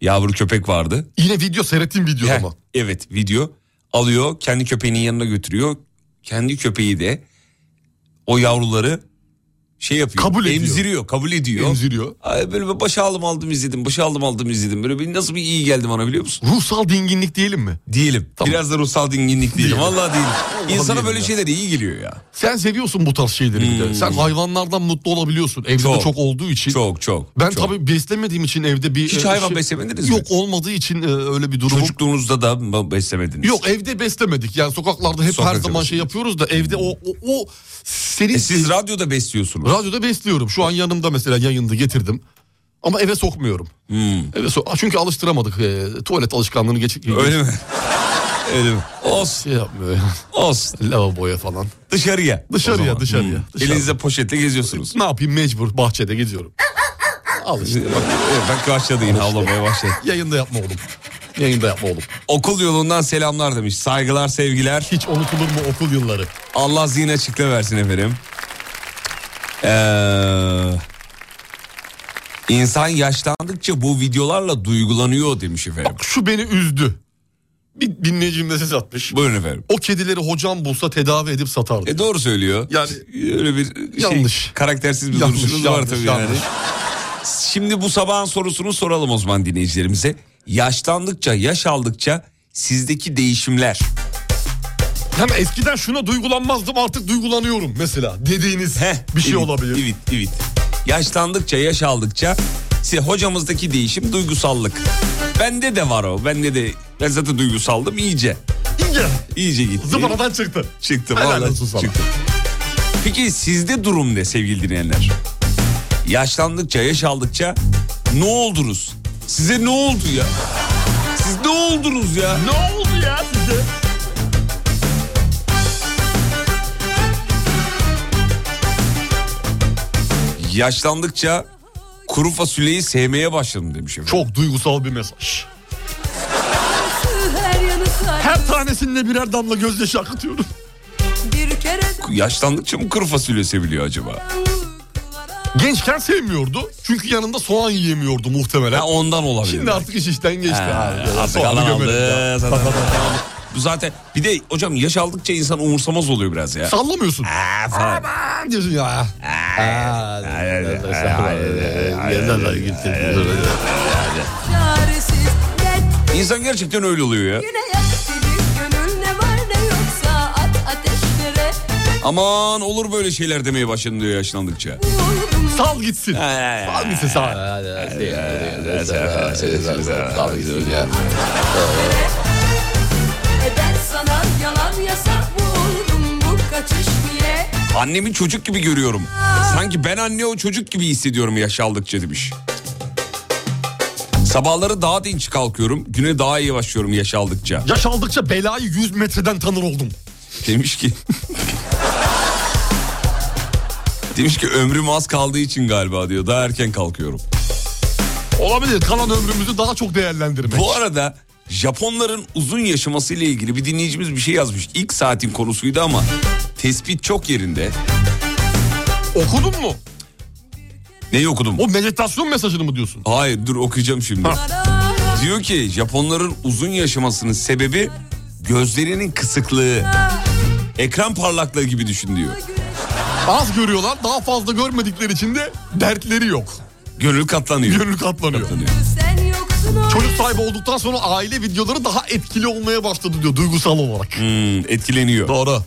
Speaker 3: yavru köpek vardı.
Speaker 4: Yine video seyrettiğim video
Speaker 3: Heh,
Speaker 4: ama.
Speaker 3: Evet video alıyor kendi köpeğinin yanına götürüyor. Kendi köpeği de o yavruları şey yapıyor.
Speaker 4: Kabul ediyor.
Speaker 3: Emziriyor kabul ediyor.
Speaker 4: Emziriyor.
Speaker 3: Ay böyle bir başa aldım aldım izledim başa aldım aldım izledim. Böyle bir nasıl bir iyi geldi bana biliyor musun?
Speaker 4: Ruhsal dinginlik diyelim mi?
Speaker 3: Diyelim. Biraz da ruhsal dinginlik değilim.
Speaker 4: Diyelim.
Speaker 3: Vallahi değilim.
Speaker 4: Vallahi
Speaker 3: İnsana
Speaker 4: diyelim
Speaker 3: böyle
Speaker 4: ya.
Speaker 3: şeyler iyi geliyor ya.
Speaker 4: Sen seviyorsun bu tarz şeyleri bir
Speaker 3: Hmm.
Speaker 4: de. Sen hayvanlardan mutlu olabiliyorsun. Evde de çok olduğu için.
Speaker 3: Çok çok.
Speaker 4: Ben
Speaker 3: çok.
Speaker 4: tabii beslemediğim için evde bir...
Speaker 3: Hiç
Speaker 4: e,
Speaker 3: hayvan
Speaker 4: şey-
Speaker 3: beslemediniz mi?
Speaker 4: Yok olmadığı için e, öyle bir durumum.
Speaker 3: Çocukluğunuzda da beslemediniz. E,
Speaker 4: Yok evde beslemedik. Yani sokaklarda hep
Speaker 3: Sokakta
Speaker 4: her zaman şey
Speaker 3: besledik.
Speaker 4: yapıyoruz da evde o, o, o senin...
Speaker 3: E siz radyoda besliyorsunuz.
Speaker 4: Radyoda besliyorum. Şu an yanımda mesela yayında getirdim. Ama eve sokmuyorum.
Speaker 3: Hmm.
Speaker 4: Eve so- çünkü alıştıramadık. e, tuvalet alışkanlığını geçik.
Speaker 3: Öyle mi? Öyle mi? Olsun.
Speaker 4: Şey yapmıyor.
Speaker 3: Olsun.
Speaker 4: Lavaboya falan.
Speaker 3: Dışarıya.
Speaker 4: Dışarıya,
Speaker 3: O zaman.
Speaker 4: dışarıya, dışarı.
Speaker 3: Elinizde poşetle geziyorsunuz.
Speaker 4: Ne yapayım mecbur bahçede geziyorum. Al işte.
Speaker 3: Bak, evet, bak başladı yine avlamaya başladı.
Speaker 4: Yayında yapma oğlum. Yayında yapma oğlum.
Speaker 3: Okul yolundan selamlar demiş. Saygılar, sevgiler.
Speaker 4: Hiç unutulur mu okul yılları?
Speaker 3: Allah zihin açıklığı versin efendim. Ee, insan yaşlandıkça bu videolarla duygulanıyor demiş efendim.
Speaker 4: Şu beni üzdü. Bir dinleyicim de ses atmış.
Speaker 3: Buyurun efendim.
Speaker 4: O kedileri hocam bulsa tedavi edip satardı.
Speaker 3: E doğru söylüyor.
Speaker 4: Yani
Speaker 3: öyle bir şey,
Speaker 4: Yanlış.
Speaker 3: karaktersiz bir
Speaker 4: Yanlış,
Speaker 3: duruşunuz var
Speaker 4: yanlış,
Speaker 3: tabii yani.
Speaker 4: yanlış.
Speaker 3: Şimdi bu sabahın sorusunu soralım o zaman dinleyicilerimize. Yaşlandıkça, yaş aldıkça sizdeki değişimler.
Speaker 4: Hem eskiden şuna duygulanmazdım artık duygulanıyorum mesela dediğiniz bir şey
Speaker 3: evet,
Speaker 4: olabilir.
Speaker 3: Evet, evet. Yaşlandıkça, yaş aldıkça size hocamızdaki değişim duygusallık. Bende de var o. Bende de ben zaten duygusaldım iyice.
Speaker 4: İyice
Speaker 3: İyice gitti.
Speaker 4: zıvanadan çıktı.
Speaker 3: Çıktı
Speaker 4: Helal
Speaker 3: vallahi
Speaker 4: olsun sana.
Speaker 3: çıktı. Peki sizde durum ne sevgili dinleyenler? Yaşlandıkça, yaş aldıkça ne oldunuz? Size ne oldu ya? Siz ne oldunuz ya?
Speaker 4: Ne oldu ya size?
Speaker 3: Yaşlandıkça kuru fasulyeyi sevmeye başladım demiş efendim.
Speaker 4: Çok duygusal bir mesaj.
Speaker 14: Her yanı sar
Speaker 4: Her tanesinde birer damla gözyaşı akıtıyorum.
Speaker 2: Bir kere
Speaker 3: Yaşlandıkça mı kuru fasulye seviliyor acaba?
Speaker 4: Gençken sevmiyordu. Çünkü yanında soğan yiyemiyordu muhtemelen.
Speaker 3: Ha, ondan olabilir.
Speaker 4: Şimdi artık iş işten geçti.
Speaker 3: Ha,
Speaker 4: abi.
Speaker 3: artık
Speaker 4: Soğanı
Speaker 3: alan
Speaker 4: gömelim
Speaker 3: aldı.
Speaker 4: ya.
Speaker 3: Zaten- tamam. Bu zaten bir de hocam yaş aldıkça insan umursamaz oluyor biraz ya.
Speaker 4: Sallamıyorsun.
Speaker 3: Aa, falan.
Speaker 4: Aman diyorsun ya.
Speaker 2: çaresiz Gel
Speaker 3: İnsan gerçekten öyle oluyor ya.
Speaker 2: güne yak Senin gönül ne var ne yoksa At ateşlere
Speaker 3: Aman olur böyle şeyler demeye başladım diyor yaşlandıkça.
Speaker 4: Sal gitsin.
Speaker 3: Sal
Speaker 4: gitsin sal.
Speaker 3: Sal gitsin ya.
Speaker 2: Eder sana yalan yasak Vurdum bu kaçış bile
Speaker 3: Annemi çocuk gibi görüyorum. Sanki ben anne o çocuk gibi hissediyorum yaş aldıkça demiş. Sabahları daha dinç kalkıyorum. Güne daha iyi başlıyorum yaş aldıkça.
Speaker 4: Yaş aldıkça belayı 100 metreden tanır oldum.
Speaker 3: Demiş ki... Demiş ki ömrüm az kaldığı için galiba diyor. Daha erken kalkıyorum.
Speaker 4: Olabilir kalan ömrümüzü daha çok değerlendirmek.
Speaker 3: Bu arada Japonların uzun yaşaması ile ilgili bir dinleyicimiz bir şey yazmış. İlk saatin konusuydu ama tespit çok yerinde.
Speaker 4: Okudun mu?
Speaker 3: Neyi okudum?
Speaker 4: O meditasyon mesajını mı diyorsun?
Speaker 3: Hayır dur okuyacağım şimdi. Diyor ki Japonların uzun yaşamasının sebebi gözlerinin kısıklığı. Ekran parlaklığı gibi düşün diyor.
Speaker 4: Az görüyorlar daha fazla görmedikleri için de dertleri yok.
Speaker 3: Gönül katlanıyor.
Speaker 4: Gönül katlanıyor.
Speaker 2: Sen yoksun o
Speaker 4: Çocuk sahibi olduktan sonra aile videoları daha etkili olmaya başladı diyor duygusal olarak.
Speaker 3: Hmm. etkileniyor.
Speaker 4: Doğru.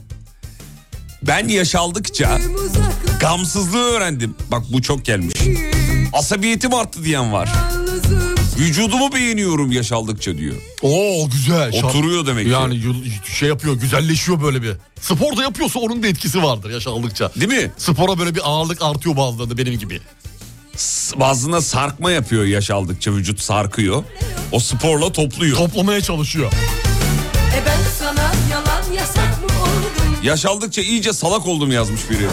Speaker 3: Ben yaşaldıkça gamsızlığı öğrendim. Bak bu çok gelmiş. Asabiyetim arttı diyen var. Vücudumu beğeniyorum yaşaldıkça diyor.
Speaker 4: Oo güzel. Şarkı-
Speaker 3: Oturuyor demek ki.
Speaker 4: Yani yul- şey yapıyor güzelleşiyor böyle bir. Spor da yapıyorsa onun da etkisi vardır yaş aldıkça.
Speaker 3: Değil mi?
Speaker 4: Spora böyle bir ağırlık artıyor bazılarında benim gibi.
Speaker 3: S- Bazına sarkma yapıyor yaş aldıkça vücut sarkıyor. O sporla topluyor.
Speaker 4: Toplamaya çalışıyor.
Speaker 2: E ben sana yalan yasak mı oldum
Speaker 3: Yaş aldıkça iyice salak oldum yazmış biri.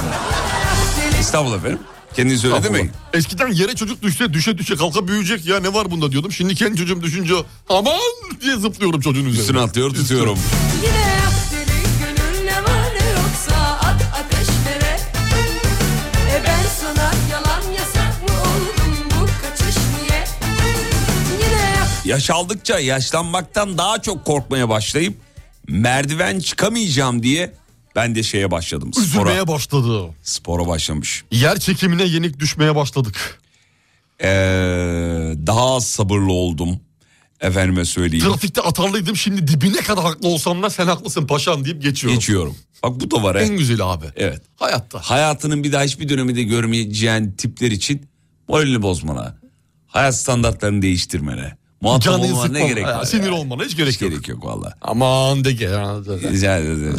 Speaker 3: Estağfurullah efendim. Kendiniz öyle
Speaker 4: Estağfurullah.
Speaker 3: demeyin.
Speaker 4: Eskiden yere çocuk düşse düşe düşe kalka büyüyecek ya ne var bunda diyordum. Şimdi kendi çocuğum düşünce aman diye zıplıyorum çocuğun üzerine.
Speaker 3: Üstüne atlıyor tutuyorum.
Speaker 2: Yine yak deli gönül ne var ne yoksa At ateşlere E ben sana yalan yasak mı oldum Bu kaçış niye Yine yak
Speaker 3: Yaş aldıkça yaşlanmaktan daha çok korkmaya başlayıp merdiven çıkamayacağım diye ben de şeye başladım. Spora,
Speaker 4: Üzülmeye başladı.
Speaker 3: spora başlamış.
Speaker 4: Yer çekimine yenik düşmeye başladık.
Speaker 3: Ee, daha az sabırlı oldum. Efendime söyleyeyim.
Speaker 4: Trafikte atarlıydım şimdi dibine kadar haklı olsam da sen haklısın paşam deyip geçiyorum.
Speaker 3: Geçiyorum. Bak bu da var. he.
Speaker 4: En güzeli abi.
Speaker 3: Evet.
Speaker 4: Hayatta.
Speaker 3: Hayatının bir daha hiçbir döneminde görmeyeceğin tipler için moralini bozmana. Hayat standartlarını değiştirmene. Muhatap
Speaker 4: Canını
Speaker 3: olmana ne
Speaker 4: sıkmana,
Speaker 3: gerek
Speaker 4: ya,
Speaker 3: var?
Speaker 4: Sinir
Speaker 3: ya?
Speaker 4: olmana hiç gerek
Speaker 3: Hiç
Speaker 4: yok.
Speaker 3: gerek yok valla.
Speaker 4: Aman de gel.
Speaker 3: Rica ederim.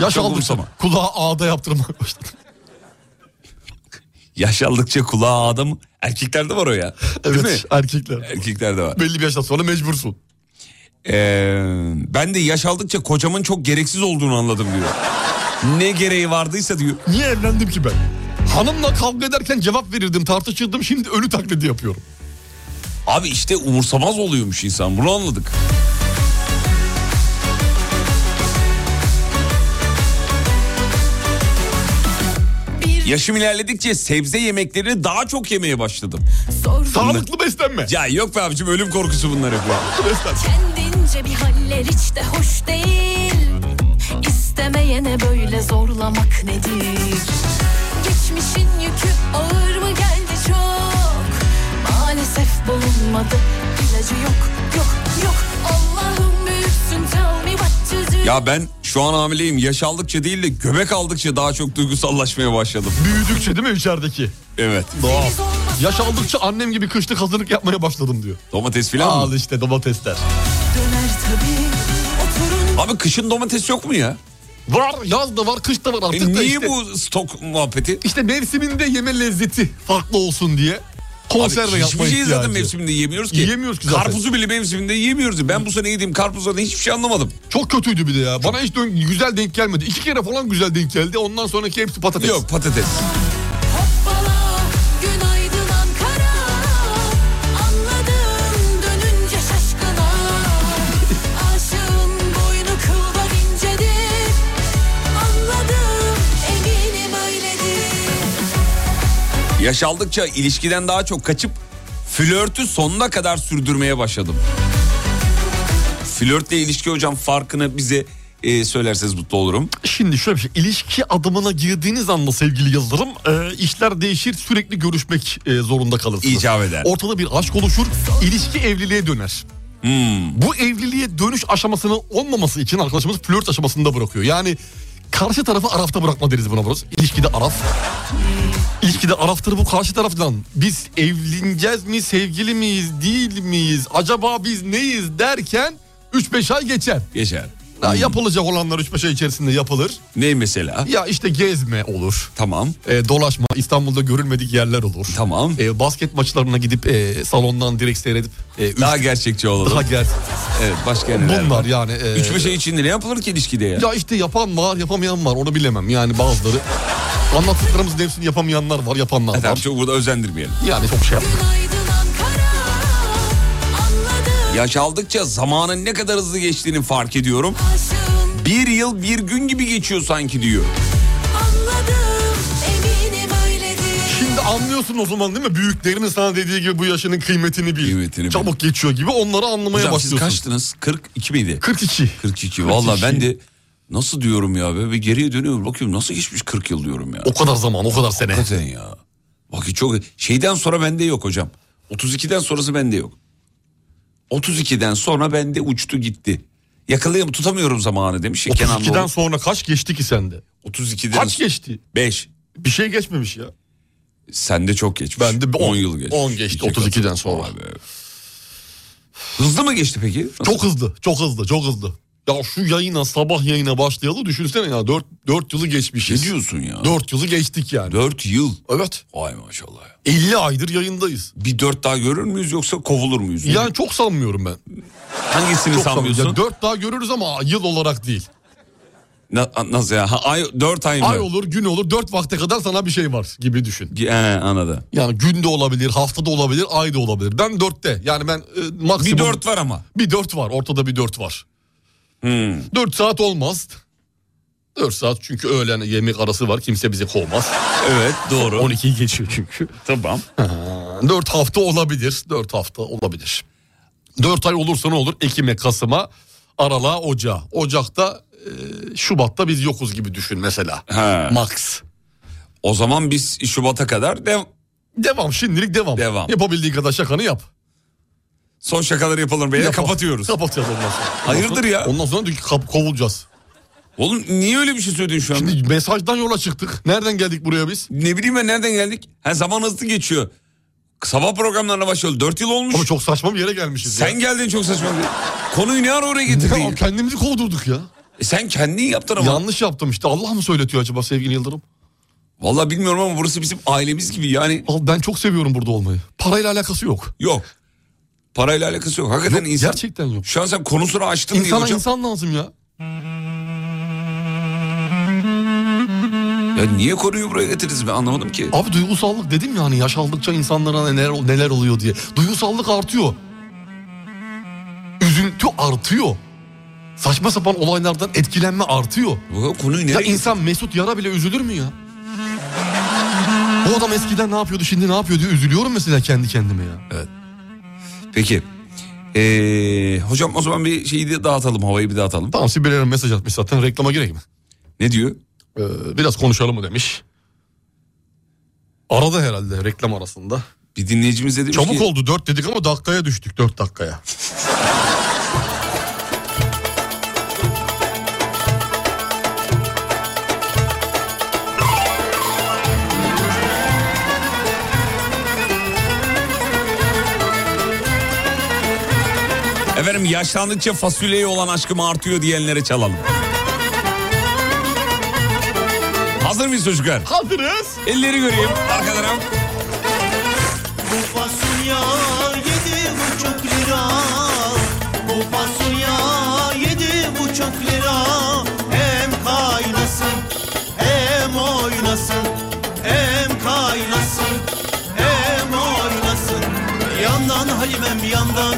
Speaker 4: Yaş
Speaker 3: Çok
Speaker 4: aldıkça
Speaker 3: umursama.
Speaker 4: kulağı ağda yaptırmaya başladı.
Speaker 3: Yaş aldıkça kulağa adam erkeklerde var o ya. Değil mi? E,
Speaker 4: Evet erkekler.
Speaker 3: Erkeklerde var.
Speaker 4: Belli bir yaştan sonra mecbursun.
Speaker 3: Ee, ben de yaş aldıkça kocamın çok gereksiz olduğunu anladım diyor. Ne gereği vardıysa diyor.
Speaker 4: Niye evlendim ki ben? Hanımla kavga ederken cevap verirdim, tartışırdım. Şimdi ölü taklidi yapıyorum.
Speaker 3: Abi işte umursamaz oluyormuş insan bunu anladık. Yaşım ilerledikçe sebze yemeklerini daha çok yemeye başladım.
Speaker 4: Sağlıklı beslenme.
Speaker 3: Ya yok be abicim ölüm korkusu bunlar hep. ya.
Speaker 14: Kendince bir haller hiç de hoş değil İstemeyene böyle zorlamak nedir? Geçmişin yükü ağır mı geldi çok? Maalesef bulunmadı ilacı yok yok yok Allah'ım büyüksün tell me what to do
Speaker 3: Ya ben şu an hamileyim. Yaş aldıkça değil de göbek aldıkça daha çok duygusallaşmaya başladım.
Speaker 4: Büyüdükçe değil mi içerideki?
Speaker 3: Evet.
Speaker 4: Doğal. Yaş aldıkça annem gibi kışlık hazırlık yapmaya başladım diyor.
Speaker 3: Domates filan
Speaker 4: Al
Speaker 3: mı?
Speaker 4: işte domatesler.
Speaker 14: Döner tabii oturun
Speaker 3: Abi kışın domates yok mu ya?
Speaker 4: Var yaz da var kış da var artık
Speaker 3: E
Speaker 4: da
Speaker 3: niye
Speaker 4: işte.
Speaker 3: bu stok muhabbeti?
Speaker 4: İşte mevsiminde yeme lezzeti farklı olsun diye konserve
Speaker 3: Abi
Speaker 4: yapma
Speaker 3: hiçbir şey zaten
Speaker 4: ihtiyacı.
Speaker 3: mevsiminde yiyemiyoruz ki.
Speaker 4: Yiyemiyoruz ki zaten.
Speaker 3: Karpuzu bile mevsiminde yiyemiyoruz. Ben bu sene yediğim karpuzdan hiçbir şey anlamadım.
Speaker 4: Çok kötüydü bir de ya. Bana hiç dön- güzel denk gelmedi. İki kere falan güzel denk geldi. Ondan sonraki hepsi patates.
Speaker 3: Yok patates.
Speaker 14: hoppala Günaydın Ankara Anladım dönünce şaşkına Aşığın boynu kıldan ince
Speaker 3: Yaş aldıkça ilişkiden daha çok kaçıp flörtü sonuna kadar sürdürmeye başladım. Flörtle ilişki hocam farkını bize e, söylerseniz mutlu olurum.
Speaker 4: Şimdi şöyle bir şey. ilişki adımına girdiğiniz anda sevgili yazılarım e, işler değişir sürekli görüşmek e, zorunda kalırsınız.
Speaker 3: İcap eder.
Speaker 4: Ortada bir aşk oluşur ilişki evliliğe döner. Bu evliliğe dönüş aşamasının olmaması için arkadaşımız flört aşamasında bırakıyor. Yani karşı tarafı arafta bırakma deriz buna burası. İlişkide araf. İlişkide araftır bu karşı taraftan. Biz evleneceğiz mi, sevgili miyiz, değil miyiz, acaba biz neyiz derken 3-5 ay geçer.
Speaker 3: Geçer.
Speaker 4: Ya yapılacak olanlar 3-5 ay içerisinde yapılır.
Speaker 3: Ne mesela?
Speaker 4: Ya işte gezme olur. e,
Speaker 3: Tamam.
Speaker 4: dolaşma, İstanbul'da görülmedik yerler olur. E,
Speaker 3: Tamam.
Speaker 4: basket maçlarına gidip e, salondan direkt seyredip... e,
Speaker 3: Daha gerçekçi olalım.
Speaker 4: Daha ger-
Speaker 3: Evet başka neler
Speaker 4: Bunlar
Speaker 3: var?
Speaker 4: yani, e,
Speaker 3: Üç beş ay içinde ne yapılır ki ilişkide ya?
Speaker 4: Ya işte yapan var, yapamayan var. Onu bilemem yani bazıları. Anlattıklarımızın hepsini yapamayanlar var, yapanlar var.
Speaker 3: Çok burada özendirmeyelim.
Speaker 4: Yani çok şey yapma.
Speaker 3: Yaş aldıkça zamanın ne kadar hızlı geçtiğini fark ediyorum. Bir yıl bir gün gibi geçiyor sanki diyor.
Speaker 4: Şimdi anlıyorsun o zaman değil mi? Büyüklerinin sana dediği gibi bu yaşının kıymetini bil. Çabuk geçiyor gibi onları anlamaya
Speaker 3: Hocam siz
Speaker 4: başlıyorsun.
Speaker 3: kaçtınız? 42 miydi?
Speaker 4: 42.
Speaker 3: 42. Vallahi ben de nasıl diyorum ya be, ve geriye dönüyorum bakıyorum nasıl geçmiş 40 yıl diyorum ya.
Speaker 4: O kadar zaman, o kadar sene.
Speaker 3: Hakikaten ya. Bak hiç çok şeyden sonra bende yok hocam. 32'den sonrası bende yok. 32'den sonra bende uçtu gitti. Yakalayamıyorum tutamıyorum zamanı demiş. ya Kenan
Speaker 4: 32'den
Speaker 3: Doğulu.
Speaker 4: sonra kaç geçti ki sende?
Speaker 3: 32'den
Speaker 4: Kaç geçti?
Speaker 3: 5.
Speaker 4: Bir şey geçmemiş ya.
Speaker 3: Sende çok geçmiş. Bende 10 yıl geçti.
Speaker 4: 10 geçti 32'den sonra.
Speaker 3: Hızlı mı geçti peki?
Speaker 4: Çok hızlı, çok hızlı, çok hızlı. Ya şu yayına sabah yayına başlayalı düşünsene ya 4, 4 yılı geçmişiz.
Speaker 3: Ne diyorsun ya?
Speaker 4: 4 yılı geçtik yani.
Speaker 3: 4 yıl.
Speaker 4: Evet.
Speaker 3: Vay maşallah.
Speaker 4: 50 aydır yayındayız.
Speaker 3: Bir 4 daha görür müyüz yoksa kovulur muyuz?
Speaker 4: Yani çok sanmıyorum ben.
Speaker 3: Hangisini sanmıyorsun?
Speaker 4: 4 daha görürüz ama yıl olarak değil.
Speaker 3: Na- nasıl ya? Ha, ay, 4 ay mı?
Speaker 4: Ay olur, gün olur, 4 vakte kadar sana bir şey var gibi düşün.
Speaker 3: He, anladı.
Speaker 4: Yani günde olabilir, haftada olabilir, ayda olabilir. Ben 4'te. Yani ben e, maksimum...
Speaker 3: Bir dört var ama.
Speaker 4: Bir 4 var. Ortada bir 4 var.
Speaker 3: Hmm.
Speaker 4: 4 saat olmaz. 4 saat çünkü öğlen yemek arası var. Kimse bizi kovmaz.
Speaker 3: Evet doğru.
Speaker 4: 12'yi geçiyor çünkü.
Speaker 3: Tamam.
Speaker 4: 4 hafta olabilir. 4 hafta olabilir. 4 ay olursa ne olur? Ekim'e, Kasım'a, Aralık'a, Ocağa. Ocak'ta, e, Şubat'ta biz yokuz gibi düşün mesela.
Speaker 3: He.
Speaker 4: Max.
Speaker 3: O zaman biz Şubat'a kadar dev...
Speaker 4: Devam şimdilik devam.
Speaker 3: Devam.
Speaker 4: Yapabildiğin kadar şakanı yap.
Speaker 3: Son şakaları yapalım beyler
Speaker 4: Yap-
Speaker 3: kapatıyoruz.
Speaker 4: Kapatacağız ondan sonra.
Speaker 3: Hayırdır ya?
Speaker 4: Ondan sonra diyor ki kap- kovulacağız.
Speaker 3: Oğlum niye öyle bir şey söyledin şu an?
Speaker 4: Şimdi mesajdan yola çıktık. Nereden geldik buraya biz?
Speaker 3: Ne bileyim ben nereden geldik? Ha, zaman hızlı geçiyor. Sabah programlarına başlıyor. 4 yıl olmuş.
Speaker 4: Ama çok saçma bir yere gelmişiz
Speaker 3: Sen
Speaker 4: ya.
Speaker 3: geldin çok saçma. bir- Konuyu ne ara oraya getirdin?
Speaker 4: Ya kendimizi kovdurduk ya.
Speaker 3: E sen kendin yaptın ama.
Speaker 4: Yanlış yaptım işte. Allah mı söyletiyor acaba sevgili Yıldırım?
Speaker 3: Vallahi bilmiyorum ama burası bizim ailemiz gibi yani.
Speaker 4: Vallahi Ben çok seviyorum burada olmayı. Parayla alakası yok.
Speaker 3: Yok. Parayla alakası yok. Hakikaten
Speaker 4: Yok,
Speaker 3: insan.
Speaker 4: Gerçekten yok.
Speaker 3: Şu an sen konusunu açtın diye
Speaker 4: İnsana
Speaker 3: hocam.
Speaker 4: insan lazım ya.
Speaker 3: Ya niye konuyu buraya getirdiniz ben anlamadım ki.
Speaker 4: Abi duygusallık dedim ya hani yaş aldıkça insanlara neler neler oluyor diye. Duygusallık artıyor. Üzüntü artıyor. Saçma sapan olaylardan etkilenme artıyor.
Speaker 3: Bu konuyu nereye
Speaker 4: Ya insan Mesut Yara bile üzülür mü ya? Bu adam eskiden ne yapıyordu şimdi ne yapıyor diye üzülüyorum mesela kendi kendime ya.
Speaker 3: Peki. Ee, hocam o zaman bir şeyi de dağıtalım. Havayı bir dağıtalım.
Speaker 4: Tamam Sibel mesaj atmış zaten reklama gireyim mi?
Speaker 3: Ne diyor?
Speaker 4: Ee, biraz konuşalım mı demiş. Arada herhalde reklam arasında.
Speaker 3: Bir dinleyicimiz de demiş
Speaker 4: Çabuk
Speaker 3: ki.
Speaker 4: oldu 4 dedik ama dakikaya düştük 4 dakikaya.
Speaker 3: Efendim yaşlandıkça fasulyeye olan aşkım artıyor diyenlere çalalım. Hazır mıyız çocuklar?
Speaker 4: Hazırız.
Speaker 3: Elleri göreyim. Arka taraf.
Speaker 1: Bu fasulye yedi buçuk lira Bu fasulye yedi buçuk lira Hem kaynasın hem oynasın Hem kaynasın hem oynasın Yandan Halimem yandan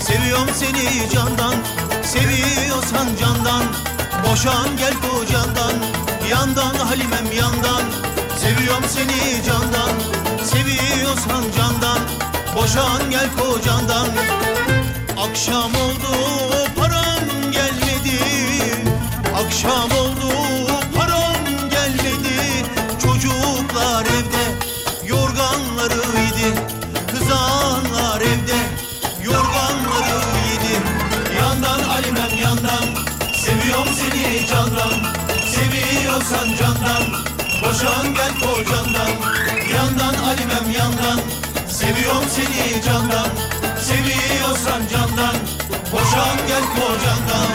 Speaker 1: Seviyorum seni candan Seviyorsan candan Boşan gel kocandan Yandan Halimem yandan
Speaker 18: Seviyorum seni candan Seviyorsan candan Boşan gel kocandan Akşam oldu param gelmedi Akşam oldu param gelmedi Çocuklar evde Yorganları yedi Kızanlar evde Yorganları yedi Yandan alimem yandan Seviyorum seni candan Seviyorsan candan Boşan gel kocandan Yandan alimem yandan Seviyorum seni candan Seviyorsan candan Boşan gel kocandan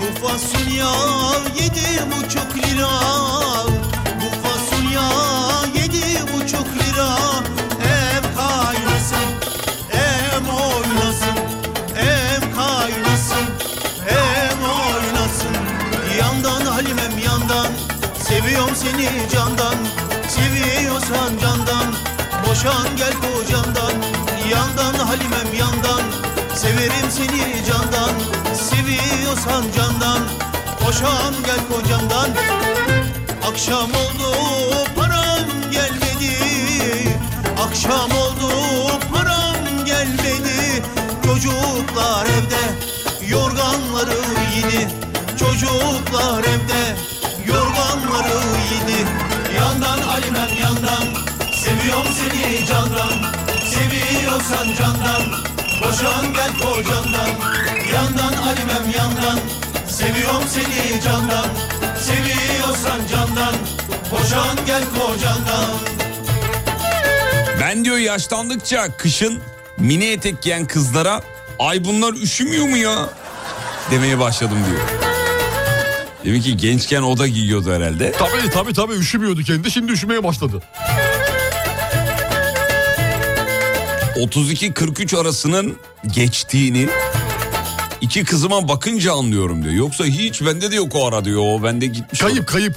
Speaker 18: Bu fasulye yedi buçuk lira Bu fasulye yedi buçuk lira Hem kaynasın hem oynasın Hem kaynasın hem oynasın Yandan Halimem yandan Seviyorum seni candan Seviyorsan candan Boşan gel kocandan Yandan Halimem yandan Severim seni candan Seviyorsan candan Koşan gel kocamdan Akşam oldu param gelmedi Akşam oldu param gelmedi Çocuklar evde Yorganları yedi Çocuklar evde Yorganları yedi Yandan alimem yandan Seviyorum seni candan Seviyorsan candan Boşan gel kocandan Yandan alimem yandan Seviyorum seni candan Seviyorsan candan Boşan gel kocandan
Speaker 3: Ben diyor yaşlandıkça kışın mini etek giyen kızlara ay bunlar üşümüyor mu ya demeye başladım diyor. Demek ki gençken o da giyiyordu herhalde.
Speaker 4: Tabii tabii tabii üşümüyordu kendi şimdi üşümeye başladı.
Speaker 3: 32-43 arasının geçtiğini iki kızıma bakınca anlıyorum diyor. Yoksa hiç bende de yok o ara diyor. O bende gitmiş. Kayıp
Speaker 4: kayıp.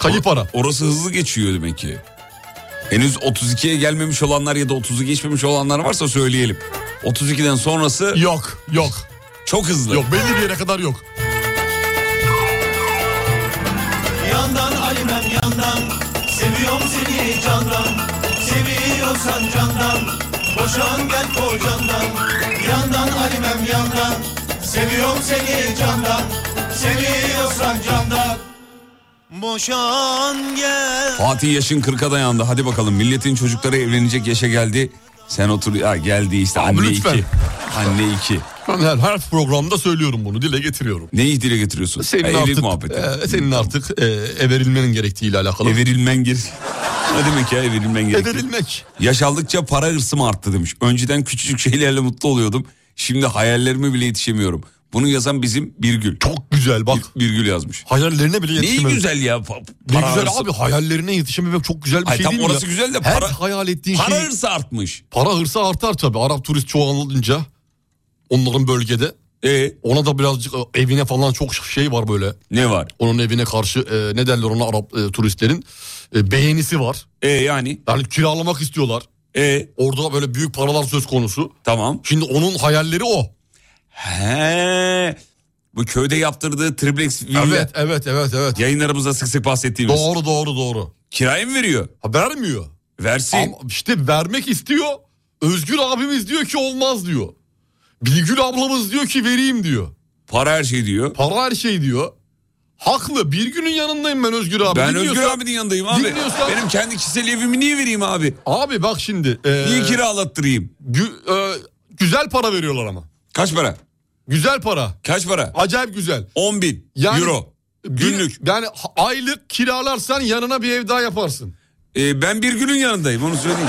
Speaker 4: Kayıp ara.
Speaker 3: Orası hızlı geçiyor demek ki. Henüz 32'ye gelmemiş olanlar ya da 30'u geçmemiş olanlar varsa söyleyelim. 32'den sonrası...
Speaker 4: Yok yok.
Speaker 3: Çok hızlı.
Speaker 4: Yok belli bir yere kadar yok.
Speaker 18: Yandan alimem yandan Seviyorum seni candan Seviyorsan candan Boşan gel kocandan Yandan alimem yandan Seviyorum seni candan Seviyorsan candan Boşan gel
Speaker 3: Fatih yaşın 40'a dayandı. Hadi bakalım milletin çocukları evlenecek yaşa geldi. Sen otur... Ha, geldi işte anne
Speaker 4: lütfen.
Speaker 3: iki. Anne iki.
Speaker 4: Ben her, her programda söylüyorum bunu dile getiriyorum.
Speaker 3: Neyi dile getiriyorsun?
Speaker 4: Senin
Speaker 3: Ha, evlilik
Speaker 4: artık,
Speaker 3: muhabbeti.
Speaker 4: e, senin artık e, everilmenin gerektiğiyle alakalı.
Speaker 3: Everilmen gir. Ne demek ya everilmen gerekir?
Speaker 4: Everilmek.
Speaker 3: Yaş aldıkça para hırsım arttı demiş. Önceden küçücük şeylerle mutlu oluyordum. Şimdi hayallerime bile yetişemiyorum. Bunu yazan bizim Birgül.
Speaker 4: Çok güzel bak.
Speaker 3: Birgül yazmış.
Speaker 4: Hayallerine bile yetişememek.
Speaker 3: Neyi güzel ya? pa-
Speaker 4: Ne
Speaker 3: para
Speaker 4: güzel
Speaker 3: hırsı.
Speaker 4: abi hayallerine yetişememek çok güzel bir
Speaker 3: Ay,
Speaker 4: şey
Speaker 3: tam
Speaker 4: değil mi
Speaker 3: orası
Speaker 4: ya?
Speaker 3: güzel de
Speaker 4: Her
Speaker 3: para-
Speaker 4: hayal ettiğin
Speaker 3: para
Speaker 4: şey.
Speaker 3: hırsı artmış.
Speaker 4: Para hırsı artar tabii. Arap turist çoğalınca onların bölgede. Ona da birazcık e, evine falan çok şey var böyle.
Speaker 3: Ne var?
Speaker 4: Onun evine karşı e, ne derler ona Arap e, turistlerin e, beğenisi var.
Speaker 3: E yani?
Speaker 4: Yani kiralamak istiyorlar.
Speaker 3: E
Speaker 4: orada böyle büyük paralar söz konusu.
Speaker 3: Tamam.
Speaker 4: Şimdi onun hayalleri o.
Speaker 3: He. Bu köyde yaptırdığı triplex villa.
Speaker 4: Evet, evet, evet, evet.
Speaker 3: Yayınlarımızda sık sık bahsettiğimiz.
Speaker 4: Doğru, doğru, doğru.
Speaker 3: Kiraya mı veriyor?
Speaker 4: Ha, vermiyor.
Speaker 3: Versin.
Speaker 4: Ama işte vermek istiyor. Özgür abimiz diyor ki olmaz diyor. Bilgül ablamız diyor ki vereyim diyor.
Speaker 3: Para her şey diyor.
Speaker 4: Para her şey diyor. Haklı. Bir günün yanındayım ben Özgür abi.
Speaker 3: Ben
Speaker 4: Dinliyorsan-
Speaker 3: Özgür abinin yanındayım abi.
Speaker 4: Dinliyorsan-
Speaker 3: Benim kendi kişisel evimi niye vereyim abi?
Speaker 4: Abi bak şimdi. e,
Speaker 3: Niye kiralattırayım?
Speaker 4: gü- e, güzel para veriyorlar ama.
Speaker 3: Kaç para?
Speaker 4: Güzel para.
Speaker 3: Kaç para?
Speaker 4: Acayip güzel.
Speaker 3: 10 bin euro.
Speaker 4: Günlük. Yani ha- aylık kiralarsan yanına bir ev daha yaparsın.
Speaker 3: E, ben bir günün yanındayım onu söyleyeyim.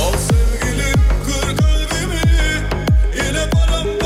Speaker 1: Al sevgilim kır kalbimi Yine bana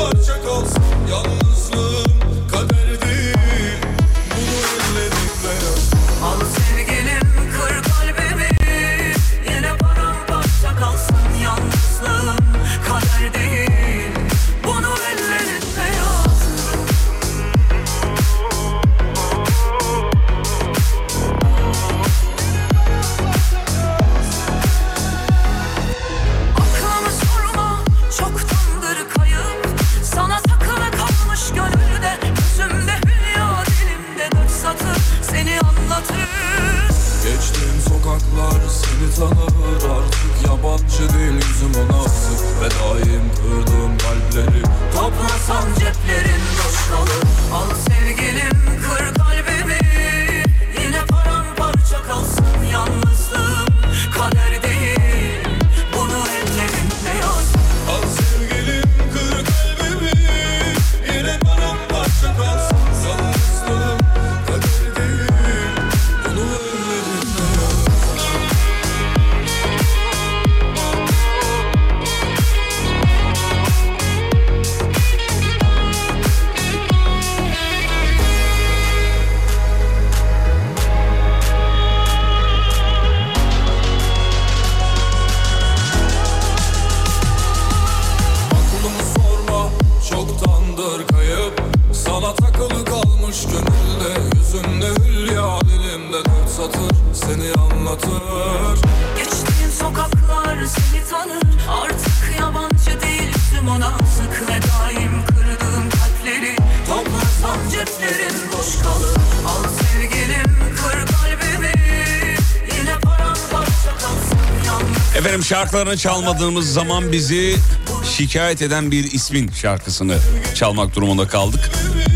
Speaker 5: beni tanır artık Yabancı değil yüzüm ona asık Ve daim kırdığım kalpleri
Speaker 17: Toplasam ceplerin boş kalır Al sevgilim kır kalbimi Yine paramparça kalsın yalnızlığım Kader değil bunu ellerimle yaz Al sevgilim kır kalbimi Yine paramparça kalsın yalnızlığım Kader değil bunu ellerimle yaz
Speaker 5: Aklımı sorma çoktandır kayıp Sana takılı kalmış gönülde Yüzünde hülya dilimde dört satır Seni anlatır
Speaker 17: Geçtiğin sokaklar seni tanır Artık yabancı değil yüzüm ona sık Ve daim kırdığım kalpleri Toplasam ceplerim boş kalır Al sevgilim kır kalbimi Yine paramparça kalsın yalnız
Speaker 3: Efendim şarkılarını çalmadığımız zaman bizi şikayet eden bir ismin şarkısını çalmak durumunda kaldık.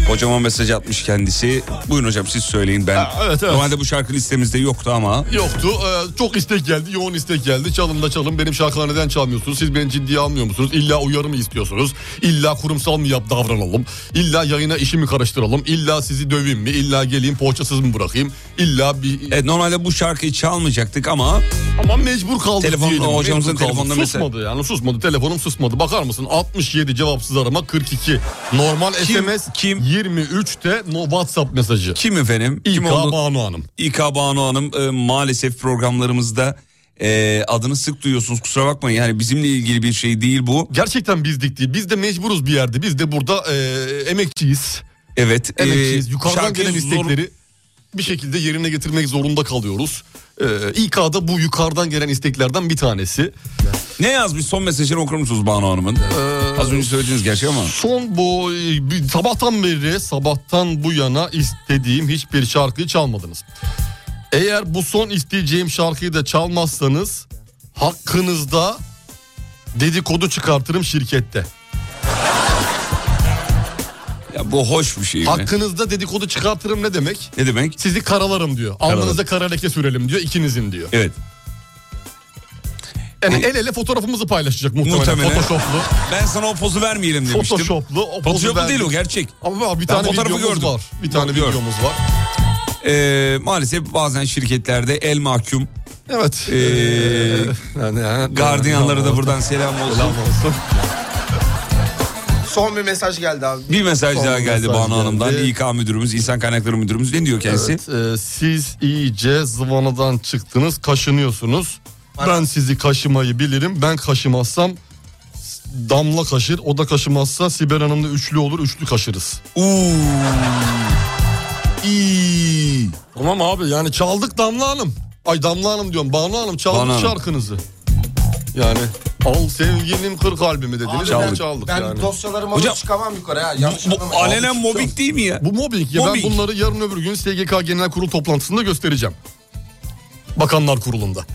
Speaker 3: Hocama mesaj atmış kendisi. Buyurun hocam siz söyleyin ben.
Speaker 4: evet, evet.
Speaker 3: Normalde bu şarkı listemizde yoktu ama.
Speaker 4: Yoktu. Ee, çok istek geldi. Yoğun istek geldi. Çalın da çalın. Benim şarkıları neden çalmıyorsunuz? Siz beni ciddiye almıyor musunuz? İlla uyarı mı istiyorsunuz? İlla kurumsal mı yap davranalım? İlla yayına işi mi karıştıralım? İlla sizi döveyim mi? İlla geleyim poğaçasız mı bırakayım? İlla bir...
Speaker 3: Evet, E, normalde bu şarkıyı çalmayacaktık ama...
Speaker 4: Ama mecbur kaldık
Speaker 3: Telefon-
Speaker 4: diyelim.
Speaker 3: hocamızın
Speaker 4: Mecbur kaldık.
Speaker 3: telefonunda mesela-
Speaker 4: Susmadı yani susmadı. Telefonum susmadı. Bakar mısın? 67 cevapsız arama 42. Normal SMS kim? 23'te no WhatsApp mesajı.
Speaker 3: Kim efendim?
Speaker 4: İK
Speaker 3: Kim oldu?
Speaker 4: Banu Hanım.
Speaker 3: İK Banu Hanım e, maalesef programlarımızda e, adını sık duyuyorsunuz kusura bakmayın. Yani bizimle ilgili bir şey değil bu.
Speaker 4: Gerçekten bizdik değil. Biz de mecburuz bir yerde. Biz de burada e, emekçiyiz.
Speaker 3: Evet.
Speaker 4: Emekçiyiz.
Speaker 3: e,
Speaker 4: Yukarıdan
Speaker 3: şarkıyı
Speaker 4: gelen
Speaker 3: zor-
Speaker 4: istekleri bir şekilde yerine getirmek zorunda kalıyoruz. E, İK'da bu yukarıdan gelen isteklerden bir tanesi.
Speaker 3: Ne yazmış son mesajını okur musunuz Banu Hanım'ın?
Speaker 4: Ee,
Speaker 3: Az önce söylediğiniz gerçi ama.
Speaker 4: Son bu e, bir- sabahtan beri sabahtan bu yana istediğim hiçbir şarkıyı çalmadınız. Eğer bu son isteyeceğim şarkıyı da çalmazsanız hakkınızda dedikodu çıkartırım şirkette.
Speaker 3: Ya bu hoş bir şey mi?
Speaker 4: Hakkınızda dedikodu çıkartırım ne demek?
Speaker 3: Ne demek?
Speaker 4: Sizi karalarım diyor.
Speaker 3: Karalarım.
Speaker 4: Alnınıza kara leke sürelim diyor ikinizin diyor.
Speaker 3: Evet.
Speaker 4: Yani el ele fotoğrafımızı paylaşacak muhtemelen.
Speaker 3: Muhtemelen.
Speaker 4: Photoshoplu.
Speaker 3: Ben sana o pozu vermeyelim demiştim.
Speaker 4: Photoshoplu. o pozu
Speaker 3: Photoshoplu
Speaker 4: verdi.
Speaker 3: değil o gerçek.
Speaker 4: Ama abi bir
Speaker 3: Ben
Speaker 4: tane
Speaker 3: fotoğrafı
Speaker 4: videomuz
Speaker 3: gördüm.
Speaker 4: var. Bir tane
Speaker 3: Gördüm.
Speaker 4: videomuz var.
Speaker 3: Ee, maalesef bazen şirketlerde el mahkum.
Speaker 4: Evet.
Speaker 3: Ee, gardiyanlara da buradan selam olsun.
Speaker 12: Son bir mesaj geldi abi.
Speaker 3: Bir mesaj
Speaker 12: Son
Speaker 3: daha geldi
Speaker 4: mesaj
Speaker 3: Banu Hanım'dan.
Speaker 4: geldi.
Speaker 3: İK müdürümüz, insan kaynakları müdürümüz ne diyor kendisi?
Speaker 4: Evet, e, siz iyice zıvanadan çıktınız, kaşınıyorsunuz. Ben sizi kaşımayı bilirim. Ben kaşımazsam Damla kaşır. O da kaşımazsa Sibel Hanım'la üçlü olur. Üçlü kaşırız.
Speaker 3: Uuu.
Speaker 4: İyi. Tamam abi yani çaldık Damla Hanım. Ay Damla Hanım diyorum. Banu Hanım çaldık
Speaker 3: Banu Hanım.
Speaker 4: şarkınızı. Yani al sevgilim kır kalbimi dediniz.
Speaker 12: Abi
Speaker 4: çaldık.
Speaker 12: ben-
Speaker 4: çaldık
Speaker 12: ben
Speaker 4: yani.
Speaker 12: dosyalarımı alıp Hocam, çıkamam yukarı ha, yanlış bu anlamayın. alenen
Speaker 4: Abi,
Speaker 12: mobbing
Speaker 4: çıkamam.
Speaker 3: değil mi ya?
Speaker 4: Bu mobbing ya.
Speaker 12: Mobbing.
Speaker 4: Ben bunları yarın öbür gün SGK Genel Kurul toplantısında göstereceğim. Bakanlar Kurulu'nda.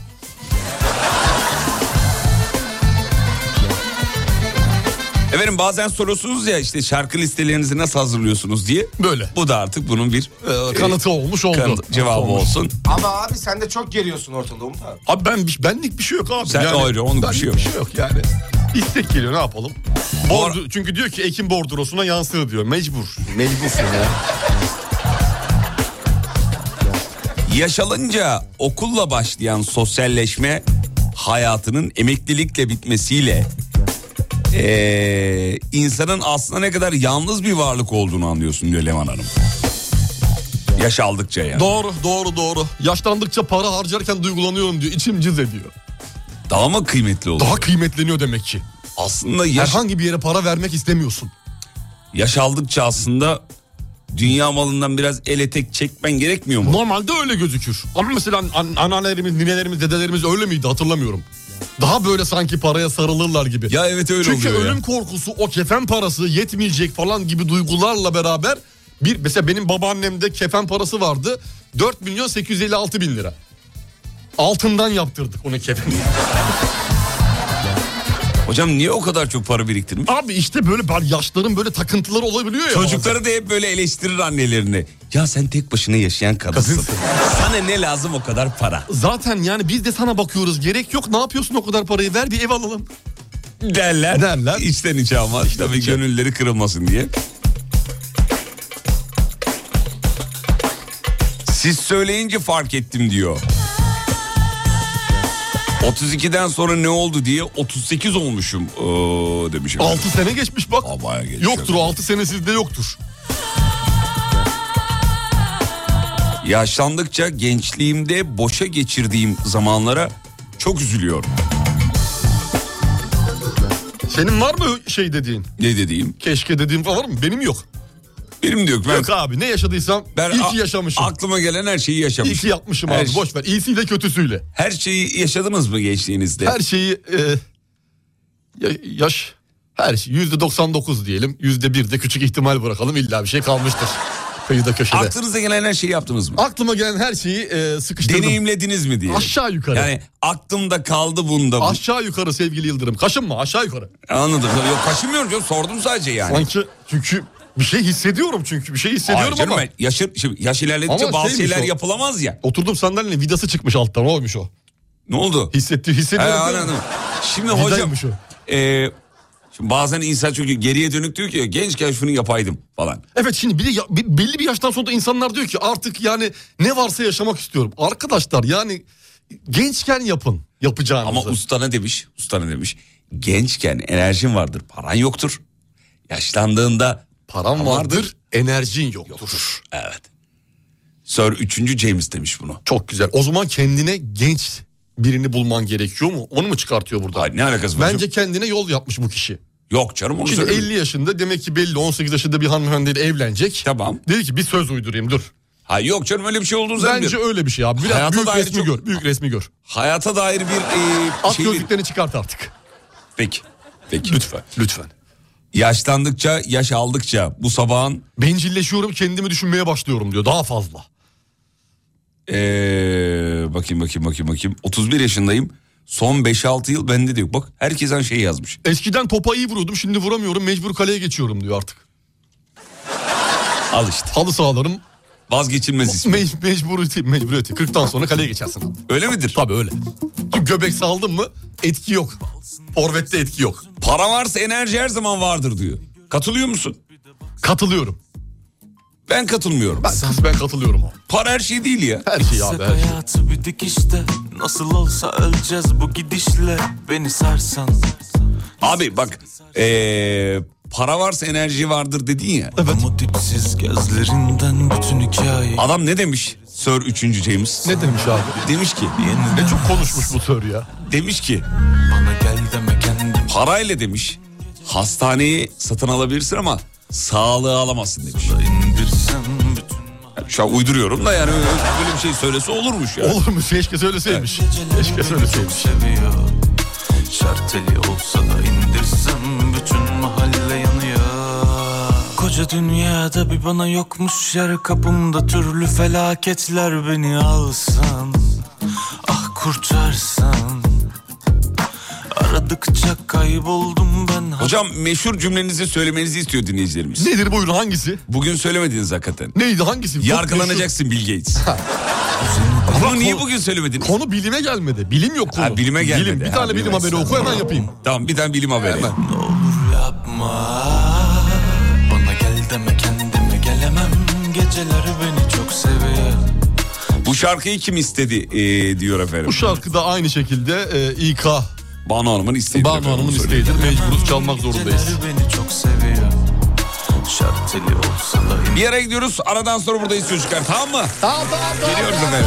Speaker 3: Efendim bazen soruyorsunuz ya işte şarkı listelerinizi nasıl hazırlıyorsunuz diye.
Speaker 4: Böyle.
Speaker 3: Bu da artık bunun bir e,
Speaker 4: kanıtı olmuş oldu.
Speaker 3: kanıt- cevabı
Speaker 4: Olmuş.
Speaker 3: olsun.
Speaker 12: Ama abi sen de çok geriyorsun ortalığı Umut abi.
Speaker 4: Abi ben benlik bir şey yok abi.
Speaker 3: Sen ayrı, onun bir
Speaker 4: benlik
Speaker 3: şey yok.
Speaker 4: yani. İstek geliyor ne yapalım? Bordu, çünkü diyor ki Ekim bordrosuna yansır diyor. Mecbur. Mecbursun ya.
Speaker 3: Yaşalınca okulla başlayan sosyalleşme hayatının emeklilikle bitmesiyle eee, insanın aslında ne kadar yalnız bir varlık olduğunu anlıyorsun diyor Leman Hanım. Yaş aldıkça yani.
Speaker 4: Doğru doğru doğru. Yaşlandıkça para harcarken duygulanıyorum diyor. İçim cız ediyor.
Speaker 3: Daha mı kıymetli oluyor?
Speaker 4: Daha kıymetleniyor demek ki.
Speaker 3: Aslında yaş,
Speaker 4: Herhangi bir yere para vermek istemiyorsun.
Speaker 3: yaş aldıkça aslında dünya malından biraz el etek çekmen gerekmiyor mu?
Speaker 4: Normalde öyle gözükür. Ama mesela an- anneannelerimiz, ninelerimiz, dedelerimiz öyle miydi hatırlamıyorum. Daha böyle sanki paraya sarılırlar gibi.
Speaker 3: Ya evet öyle
Speaker 4: Çünkü
Speaker 3: oluyor ya.
Speaker 4: ölüm korkusu, o kefen parası yetmeyecek falan gibi duygularla beraber bir mesela benim babaannemde kefen parası vardı. 4 milyon 856 bin lira. Altından yaptırdık ona kefen.
Speaker 3: Hocam niye o kadar çok para biriktirmiş?
Speaker 4: Abi işte böyle ben yaşların böyle takıntıları olabiliyor ya.
Speaker 3: Çocukları da hep böyle eleştirir annelerini. Ya sen tek başına yaşayan kadınsın. Sana ne lazım o kadar para?
Speaker 4: Zaten yani biz de sana bakıyoruz. Gerek yok. Ne yapıyorsun o kadar parayı? Ver bir ev alalım.
Speaker 3: Derler. Derler. İçten içe ama tabii gönülleri kırılmasın diye. Siz söyleyince fark ettim diyor. 32'den sonra ne oldu diye 38 olmuşum ee, demişim.
Speaker 4: 6 sene geçmiş bak. Yoktur o 6 sene sizde yoktur.
Speaker 3: Yaşlandıkça gençliğimde boşa geçirdiğim zamanlara çok üzülüyorum.
Speaker 4: Senin var mı şey dediğin?
Speaker 3: Ne dediğim?
Speaker 4: Keşke dediğim falan var mı? Benim yok.
Speaker 3: Benim de yok. Ben-
Speaker 4: Yok abi ne yaşadıysam ben iyi ki
Speaker 3: a-
Speaker 4: yaşamışım.
Speaker 3: Aklıma gelen her şeyi yaşamışım.
Speaker 4: İyi ki yapmışım
Speaker 3: Her
Speaker 4: abi
Speaker 3: şey-
Speaker 4: boş ver. İyisiyle kötüsüyle.
Speaker 3: Her şeyi yaşadınız mı gençliğinizde?
Speaker 4: Her şeyi e, ya- yaş her şey yüzde 99 diyelim. Yüzde bir de küçük ihtimal bırakalım illa bir şey kalmıştır. Kıyıda köşede.
Speaker 3: Aklınıza gelen her şeyi yaptınız mı?
Speaker 4: Aklıma gelen her şeyi e, sıkıştırdım.
Speaker 3: Deneyimlediniz mi diye.
Speaker 4: Aşağı yukarı.
Speaker 3: Yani aklımda kaldı bunda.
Speaker 4: Aşağı yukarı sevgili Yıldırım. Kaşınma aşağı yukarı.
Speaker 3: Anladım. Yok kaşınmıyorum canım sordum sadece yani.
Speaker 4: Sanki çünkü bir şey hissediyorum çünkü bir şey hissediyorum
Speaker 3: Hayır canım
Speaker 4: ama.
Speaker 3: ben yaşır, şimdi yaş ilerledikçe
Speaker 4: Ama
Speaker 3: bazı
Speaker 4: şeymiş
Speaker 3: şeyler
Speaker 4: o.
Speaker 3: yapılamaz ya.
Speaker 4: Oturdum sandalyenin vidası çıkmış alttan oymuş o.
Speaker 3: Ne oldu?
Speaker 4: Hissetti, hissediyorum.
Speaker 3: He,
Speaker 4: değil mi?
Speaker 3: anladım. Şimdi
Speaker 4: Vidaymış
Speaker 3: hocam
Speaker 4: o.
Speaker 3: e, şimdi bazen insan çünkü geriye dönük diyor ki gençken şunu yapaydım falan.
Speaker 4: Evet şimdi bir de ya- bir- belli bir yaştan sonra da insanlar diyor ki artık yani ne varsa yaşamak istiyorum. Arkadaşlar yani gençken yapın yapacağınızı.
Speaker 3: Ama ustana demiş, ustana demiş. Gençken enerjin vardır, paran yoktur. Yaşlandığında paran
Speaker 4: vardır, enerjin yoktur.
Speaker 3: Evet. Sir 3. James demiş bunu.
Speaker 4: Çok güzel. O zaman kendine genç birini bulman gerekiyor mu? Onu mu çıkartıyor burada?
Speaker 3: ne alakası var?
Speaker 4: Bence kendine yol yapmış bu kişi.
Speaker 3: Yok canım onu
Speaker 4: Şimdi
Speaker 3: söylemiyorum.
Speaker 4: 50 yaşında demek ki belli 18 yaşında bir hanımefendiyle evlenecek.
Speaker 3: Tamam.
Speaker 4: Dedi ki bir söz uydurayım dur.
Speaker 3: Ha yok canım öyle bir şey olduğunu
Speaker 4: Bence
Speaker 3: zannediyorum.
Speaker 4: öyle bir şey abi. Biraz
Speaker 3: Hayata
Speaker 4: büyük
Speaker 3: dair
Speaker 4: resmi
Speaker 3: çok-
Speaker 4: gör. Büyük resmi gör.
Speaker 3: Hayata dair bir e,
Speaker 4: At
Speaker 3: şey-
Speaker 4: gözlüklerini çıkart artık.
Speaker 3: Peki. Peki. Lütfen. Lütfen. Yaşlandıkça, yaş aldıkça bu sabahın...
Speaker 4: Bencilleşiyorum kendimi düşünmeye başlıyorum diyor daha fazla.
Speaker 3: Ee, bakayım bakayım bakayım bakayım. 31 yaşındayım. Son 5-6 yıl bende de yok. Bak herkes aynı şeyi yazmış.
Speaker 4: Eskiden topa iyi vuruyordum şimdi vuramıyorum mecbur kaleye geçiyorum diyor artık.
Speaker 3: Al işte.
Speaker 4: Halı sahalarım.
Speaker 3: Vazgeçilmez ismi.
Speaker 4: Me- mecburiyeti, mecburiyeti. 40'tan sonra kaleye geçersin. abi.
Speaker 3: Öyle midir?
Speaker 4: Tabii öyle. Çünkü göbek saldın mı etki yok. Forvette etki yok.
Speaker 3: Para varsa enerji her zaman vardır diyor. Katılıyor musun?
Speaker 4: Katılıyorum.
Speaker 3: Ben katılmıyorum.
Speaker 4: Ben, ben katılıyorum abi.
Speaker 3: Para her şey değil ya.
Speaker 4: Her şey abi her şey.
Speaker 16: Hayatı bir dikişte Nasıl olsa öleceğiz bu gidişle Beni sarsan
Speaker 3: Abi bak ee, para varsa enerji vardır dedin ya. Evet.
Speaker 16: Ama dipsiz gözlerinden bütün hikaye
Speaker 3: Adam ne demiş Sir 3. James?
Speaker 4: Ne demiş abi?
Speaker 3: Demiş ki.
Speaker 4: Ne çok konuşmuş bu tör ya.
Speaker 3: Demiş ki. Bana gel deme kendim. Parayla demiş. Hastaneyi satın alabilirsin ama sağlığı alamazsın demiş. Yani Şu an uyduruyorum da yani böyle bir şey söylese olurmuş ya.
Speaker 4: Olur mu? Keşke söyleseymiş. Keşke söyleseymiş.
Speaker 16: Şarteli olsa da indirsem bütün mahalle yanıyor Koca dünyada bir bana yokmuş yer kapımda türlü felaketler beni alsan Ah kurtarsan Aradıkça kayboldum ben
Speaker 3: Hocam meşhur cümlenizi söylemenizi istiyor dinleyicilerimiz.
Speaker 4: Nedir buyurun hangisi?
Speaker 3: Bugün söylemediniz hakikaten.
Speaker 4: Neydi hangisi? Çok
Speaker 3: Yargılanacaksın Bill Gates. Bunu niye bugün söylemedin?
Speaker 4: Konu bilime gelmedi. Bilim yok konu.
Speaker 3: Ha, bilime gelmedi.
Speaker 4: Bilim. Bir
Speaker 3: Ha,
Speaker 4: tane bilim
Speaker 3: bilime
Speaker 4: haberi oku hemen yapayım.
Speaker 3: Tamam bir tane bilim haberi.
Speaker 16: yapma Bana gel deme kendime gelemem Geceler beni çok seviyor
Speaker 3: Bu şarkıyı kim istedi ee, diyor efendim.
Speaker 4: Bu şarkı da aynı şekilde e, İK.
Speaker 3: Banu Hanım'ın isteğidir.
Speaker 4: Banu Hanım'ın isteğidir. Mecburuz çalmak zorundayız.
Speaker 16: Beni çok seviyor Şarteli olsa da
Speaker 3: Bir yere gidiyoruz. Aradan sonra buradayız çocuklar. Tamam mı?
Speaker 4: Tamam tamam.
Speaker 3: Geliyoruz efendim.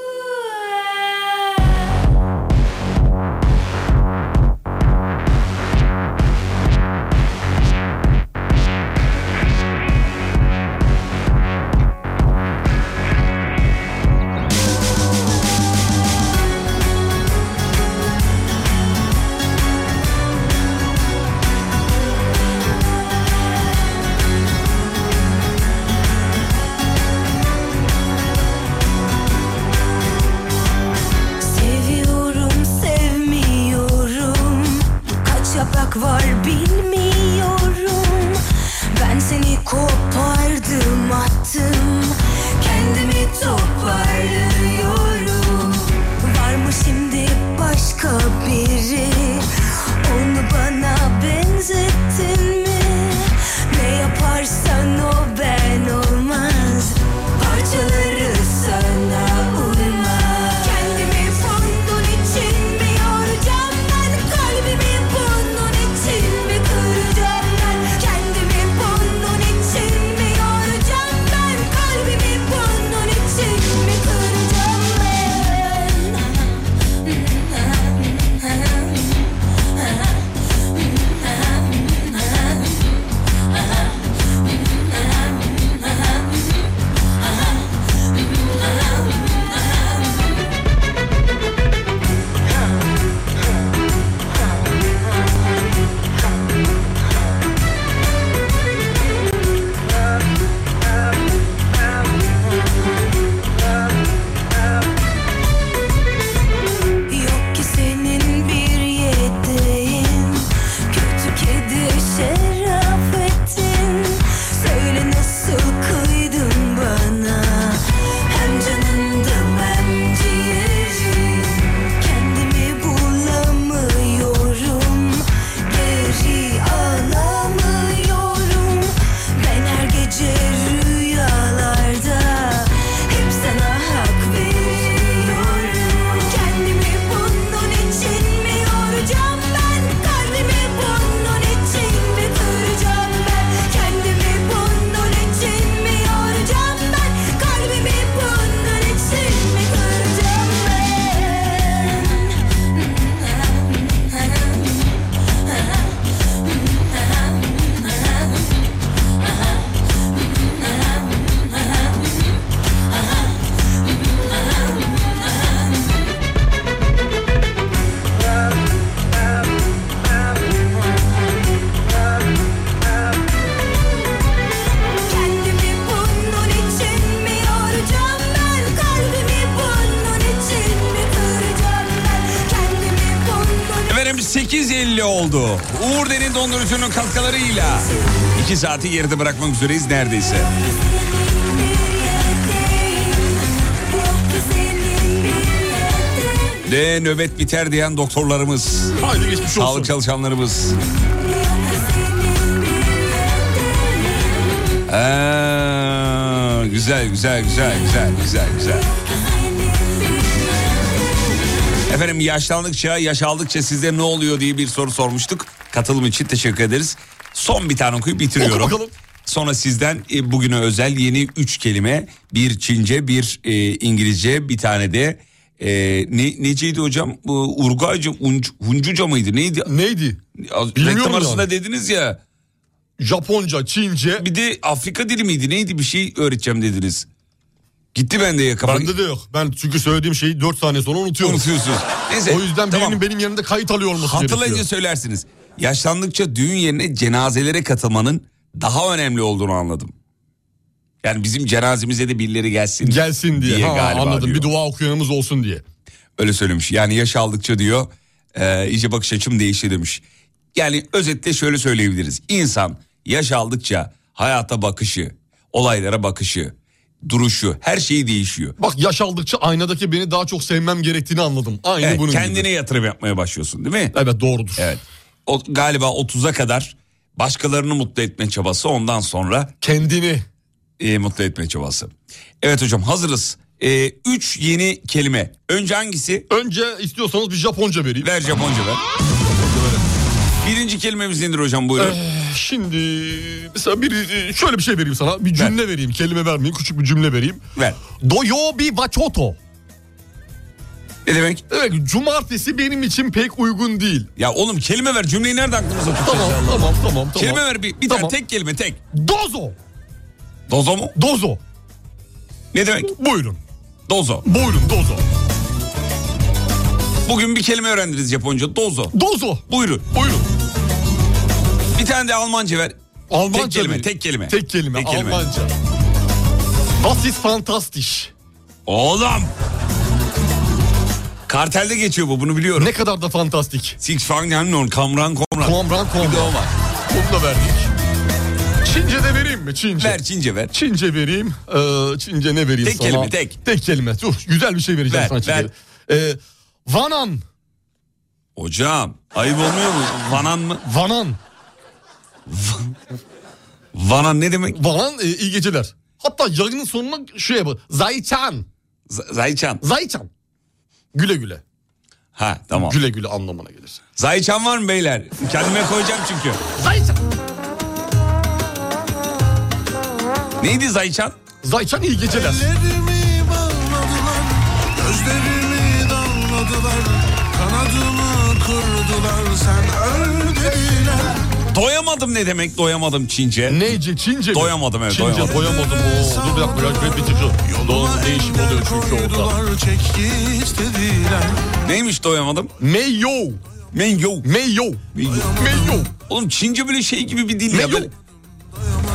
Speaker 17: kapak var bilmiyorum Ben seni kopardım attım Kendimi toparlıyorum Var mı şimdi başka biri Onu bana benzettin mi Ne yaparsan o ben olmaz Parçaları sana uymaz Kendimi bunun için mi yoracağım ben Kalbimi bunun için mi kıracağım ben Kendimi bunun için mi yoracağım ben Kalbimi bunun için mi kıracağım Yok ki senin bir yedeğin Kötü kedi şerafetin Söyle nasıl kıydın bana Hem canımdım hem ciğerim Kendimi bulamıyorum Geri alamıyorum Ben her gece rüyalarda Hep sana hak veriyorum Kendimi bunun için mi yoracağım ben Kalbimi bunun için mi kıracağım ben Kendimi bunun için mi yoracağım ben Kalbimi bunun için mi kıracağım ben Kendimi bunun için mi yoracağım ben Kalbimi bunun için mi kıracağım ben Kendimi bunun
Speaker 3: Efendim 8.50 oldu. Uğur Derin Dondurucu'nun katkılarıyla 2 saati geride bırakmak üzereyiz neredeyse. De nöbet biter diyen doktorlarımız. Sağlık çalışanlarımız. Ee, güzel güzel güzel güzel güzel güzel. Efendim yaşlandıkça, yaş aldıkça sizde ne oluyor diye bir soru sormuştuk. Katılım için teşekkür ederiz. Son bir tane okuyup bitiriyorum. Sonra sizden e, bugüne özel yeni üç kelime. Bir Çince, bir e, İngilizce, bir tane de e, ne, neceydi hocam? Bu Urgayca, Unc, Huncuca mıydı? Neydi? Neydi?
Speaker 4: Bilmiyorum
Speaker 3: Reklam
Speaker 4: yani.
Speaker 3: arasında dediniz ya. Japonca, Çince. Bir de Afrika dili miydi? Neydi? Bir şey öğreteceğim dediniz. Gitti bende ya kafa.
Speaker 4: Bende de yok. Ben çünkü söylediğim şeyi 4 saniye sonra unutuyorum.
Speaker 3: Unutuyorsunuz. Neyse,
Speaker 4: o yüzden
Speaker 3: tamam.
Speaker 4: birinin benim yerimde kayıt alıyor olması
Speaker 3: Hatırlayınca
Speaker 4: gerekiyor.
Speaker 3: söylersiniz. Yaşlandıkça düğün yerine cenazelere katılmanın daha önemli olduğunu anladım. Yani bizim cenazemize de birileri gelsin.
Speaker 4: Gelsin diye. Ha,
Speaker 3: galiba
Speaker 4: anladım.
Speaker 3: diyor.
Speaker 4: Bir dua okuyanımız olsun diye.
Speaker 3: Öyle söylemiş. Yani yaş aldıkça diyor e, iyice bakış açım değişti demiş. Yani özetle şöyle söyleyebiliriz. İnsan yaş aldıkça hayata bakışı, olaylara bakışı, duruşu her şey değişiyor.
Speaker 4: Bak yaş aldıkça aynadaki beni daha çok sevmem gerektiğini anladım. Aynı
Speaker 3: Evet,
Speaker 4: bunun
Speaker 3: kendine
Speaker 4: gibi.
Speaker 3: yatırım yapmaya başlıyorsun değil mi? Evet doğrudur. Evet. O, galiba 30'a kadar başkalarını mutlu etme çabası ondan sonra kendini mutlu etme çabası. Evet hocam hazırız. 3 yeni kelime. Önce hangisi? Önce istiyorsanız bir Japonca vereyim. Ver Japonca ver. Birinci kelimemiz nedir hocam buyurun.
Speaker 4: Eh, Şimdi mesela bir şöyle bir şey vereyim sana. Bir cümle vereyim. Kelime vermeyeyim. Küçük bir cümle vereyim.
Speaker 3: Ver.
Speaker 4: Doyo bi vachoto.
Speaker 3: Ne demek?
Speaker 4: Demek cumartesi benim için pek uygun değil.
Speaker 3: Ya oğlum kelime ver cümleyi nerede aklımıza
Speaker 4: Tamam
Speaker 3: tutacağız?
Speaker 4: tamam tamam. tamam.
Speaker 3: Kelime ver bir, bir
Speaker 4: Tamam.
Speaker 3: tane tek kelime tek.
Speaker 4: Dozo.
Speaker 3: Dozo mu?
Speaker 4: Dozo.
Speaker 3: Ne demek?
Speaker 4: Buyurun.
Speaker 3: Dozo.
Speaker 4: Buyurun dozo.
Speaker 3: Bugün bir kelime öğrendiniz Japonca. Dozo.
Speaker 4: Dozo.
Speaker 3: Buyurun.
Speaker 4: Buyurun.
Speaker 3: Bir tane de Almanca ver.
Speaker 4: Almanca
Speaker 3: tek kelime,
Speaker 4: bir-
Speaker 3: tek kelime.
Speaker 4: Tek kelime, Almanca. Das ist fantastisch.
Speaker 3: Oğlum. Kartelde geçiyor bu bunu biliyorum. Ne kadar da fantastik. Six Fang Hamnon, Kamran Komran. Komran Komran. Bir de o var. Bunu da verdik.
Speaker 4: Çince de vereyim mi? Çince. Ver
Speaker 3: Çince ver.
Speaker 4: Çince vereyim. Ee, Çince ne vereyim
Speaker 3: Tek
Speaker 4: sana?
Speaker 3: kelime, tek.
Speaker 4: Tek kelime. Dur güzel bir şey vereceğim
Speaker 3: Ver,
Speaker 4: sana Çince.
Speaker 3: ver.
Speaker 4: Ee, Vanan.
Speaker 3: Hocam ayıp olmuyor mu? Vanan mı?
Speaker 4: Vanan.
Speaker 3: Vanan ne demek?
Speaker 4: Vanan e, iyi geceler. Hatta yayının sonuna şuraya bak. Zayçan.
Speaker 3: Zayçan.
Speaker 4: Zayçan. Güle güle.
Speaker 3: Ha tamam.
Speaker 4: Güle güle anlamına gelir.
Speaker 3: Zayçan var mı beyler? Kendime koyacağım çünkü.
Speaker 4: Zayçan.
Speaker 3: Neydi Zayçan?
Speaker 4: Zayçan iyi geceler.
Speaker 16: Ellerimi bağladılar, gözlerimi damladılar, kanadımı kurdular, sen öl dediler.
Speaker 3: Doyamadım ne demek doyamadım Çince?
Speaker 4: Neyce Çince
Speaker 3: Doyamadım evet
Speaker 4: Çince
Speaker 3: doyamadım.
Speaker 4: doyamadım. Oo, dur bir dakika biraz repetici. Doğru değişim oluyor çünkü orada.
Speaker 3: Neymiş doyamadım?
Speaker 4: Meyo.
Speaker 3: Meyo.
Speaker 4: Meyo. Meyo.
Speaker 3: Oğlum Çince böyle şey gibi bir dil ya.
Speaker 4: Meyo.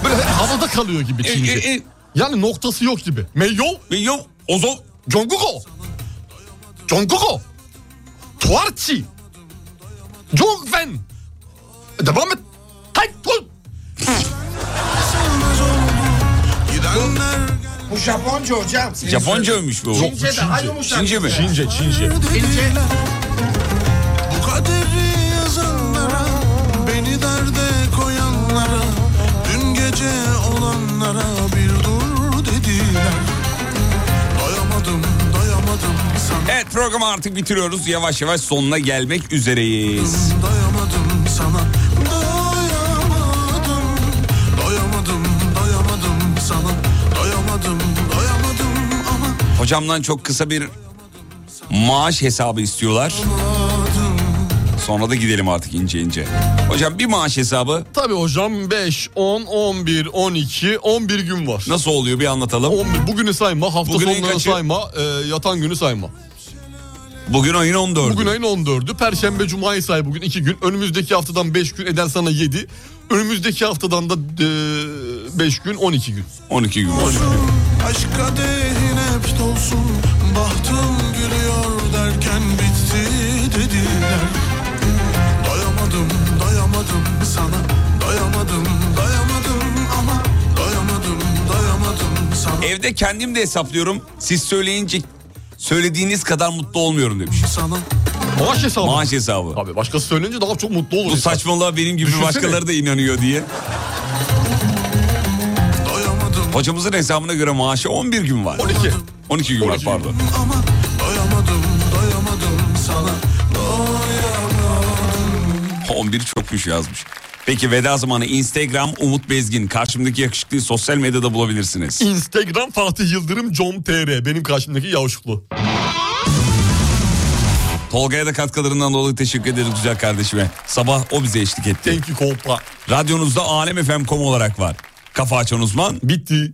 Speaker 4: Böyle havada kalıyor gibi Çince.
Speaker 3: e, e.
Speaker 4: Yani noktası yok gibi. Meyo.
Speaker 3: Meyo. Ozo.
Speaker 4: Jongguko. Jongguko. Tuarçi. Jongfen. Devam et. Taykul.
Speaker 12: Bu Japonca hocam.
Speaker 3: Japoncaymış bu.
Speaker 12: Çince de hayır mı?
Speaker 3: Çince mi?
Speaker 4: Çince, Çince.
Speaker 12: Çince.
Speaker 16: Bu kaderi yazanlara, beni derde koyanlara, dün gece olanlara bir dur dediler. Doyamadım, doyamadım sana.
Speaker 3: Evet programı artık bitiriyoruz. Yavaş yavaş sonuna gelmek üzereyiz.
Speaker 16: Doyamadım sana Doyamadım Doyamadım doyamadım sana Doyamadım doyamadım ama
Speaker 3: Hocamdan çok kısa bir maaş hesabı istiyorlar. Sonra da gidelim artık ince ince. Hocam bir maaş hesabı
Speaker 4: Tabii hocam 5, 10, 11, 12, 11 gün var.
Speaker 3: nasıl oluyor bir anlatalım.
Speaker 4: 11, bugünü sayma, hafta
Speaker 3: Bugünün
Speaker 4: sonlarını
Speaker 3: kaçı?
Speaker 4: sayma, e, yatan günü sayma.
Speaker 3: Bugün ayın 14'ü.
Speaker 4: Bugün ayın 14'ü. Perşembe, cumayı say bugün 2 gün. Önümüzdeki haftadan 5 gün eden sana 7. Önümüzdeki haftadan da 5 gün 12 gün.
Speaker 3: 12 gün.
Speaker 16: aşk kadehin hep dolsun Bahtım gülüyor derken bitti dediler Doyamadım doyamadım sana Doyamadım doyamadım ama Doyamadım doyamadım sana
Speaker 3: Evde kendim de hesaplıyorum. Siz söyleyince söylediğiniz kadar mutlu olmuyorum demiş.
Speaker 16: Sana
Speaker 4: Maaş hesabı.
Speaker 3: Maaş hesabı.
Speaker 4: Abi başkası söyleyince daha çok mutlu olur.
Speaker 3: Bu saçmalığa benim gibi
Speaker 4: Düşünsene.
Speaker 3: başkaları da inanıyor diye. Hocamızın hesabına göre maaşı 11 gün var.
Speaker 4: 12.
Speaker 3: 12 gün var pardon.
Speaker 16: Doyamadım doyamadım sana Doyamadım
Speaker 3: 11 çokmuş yazmış. Peki veda zamanı Instagram Umut Bezgin. Karşımdaki yakışıklıyı sosyal medyada bulabilirsiniz.
Speaker 4: Instagram Fatih Yıldırım com.tr benim karşımdaki yavşuklu.
Speaker 3: Tolga'ya da katkılarından dolayı teşekkür ederiz güzel kardeşime. Sabah o bize eşlik etti.
Speaker 4: Thank you Kolpa.
Speaker 3: Radyonuzda alemfm.com olarak var. Kafa açan uzman.
Speaker 4: Bitti.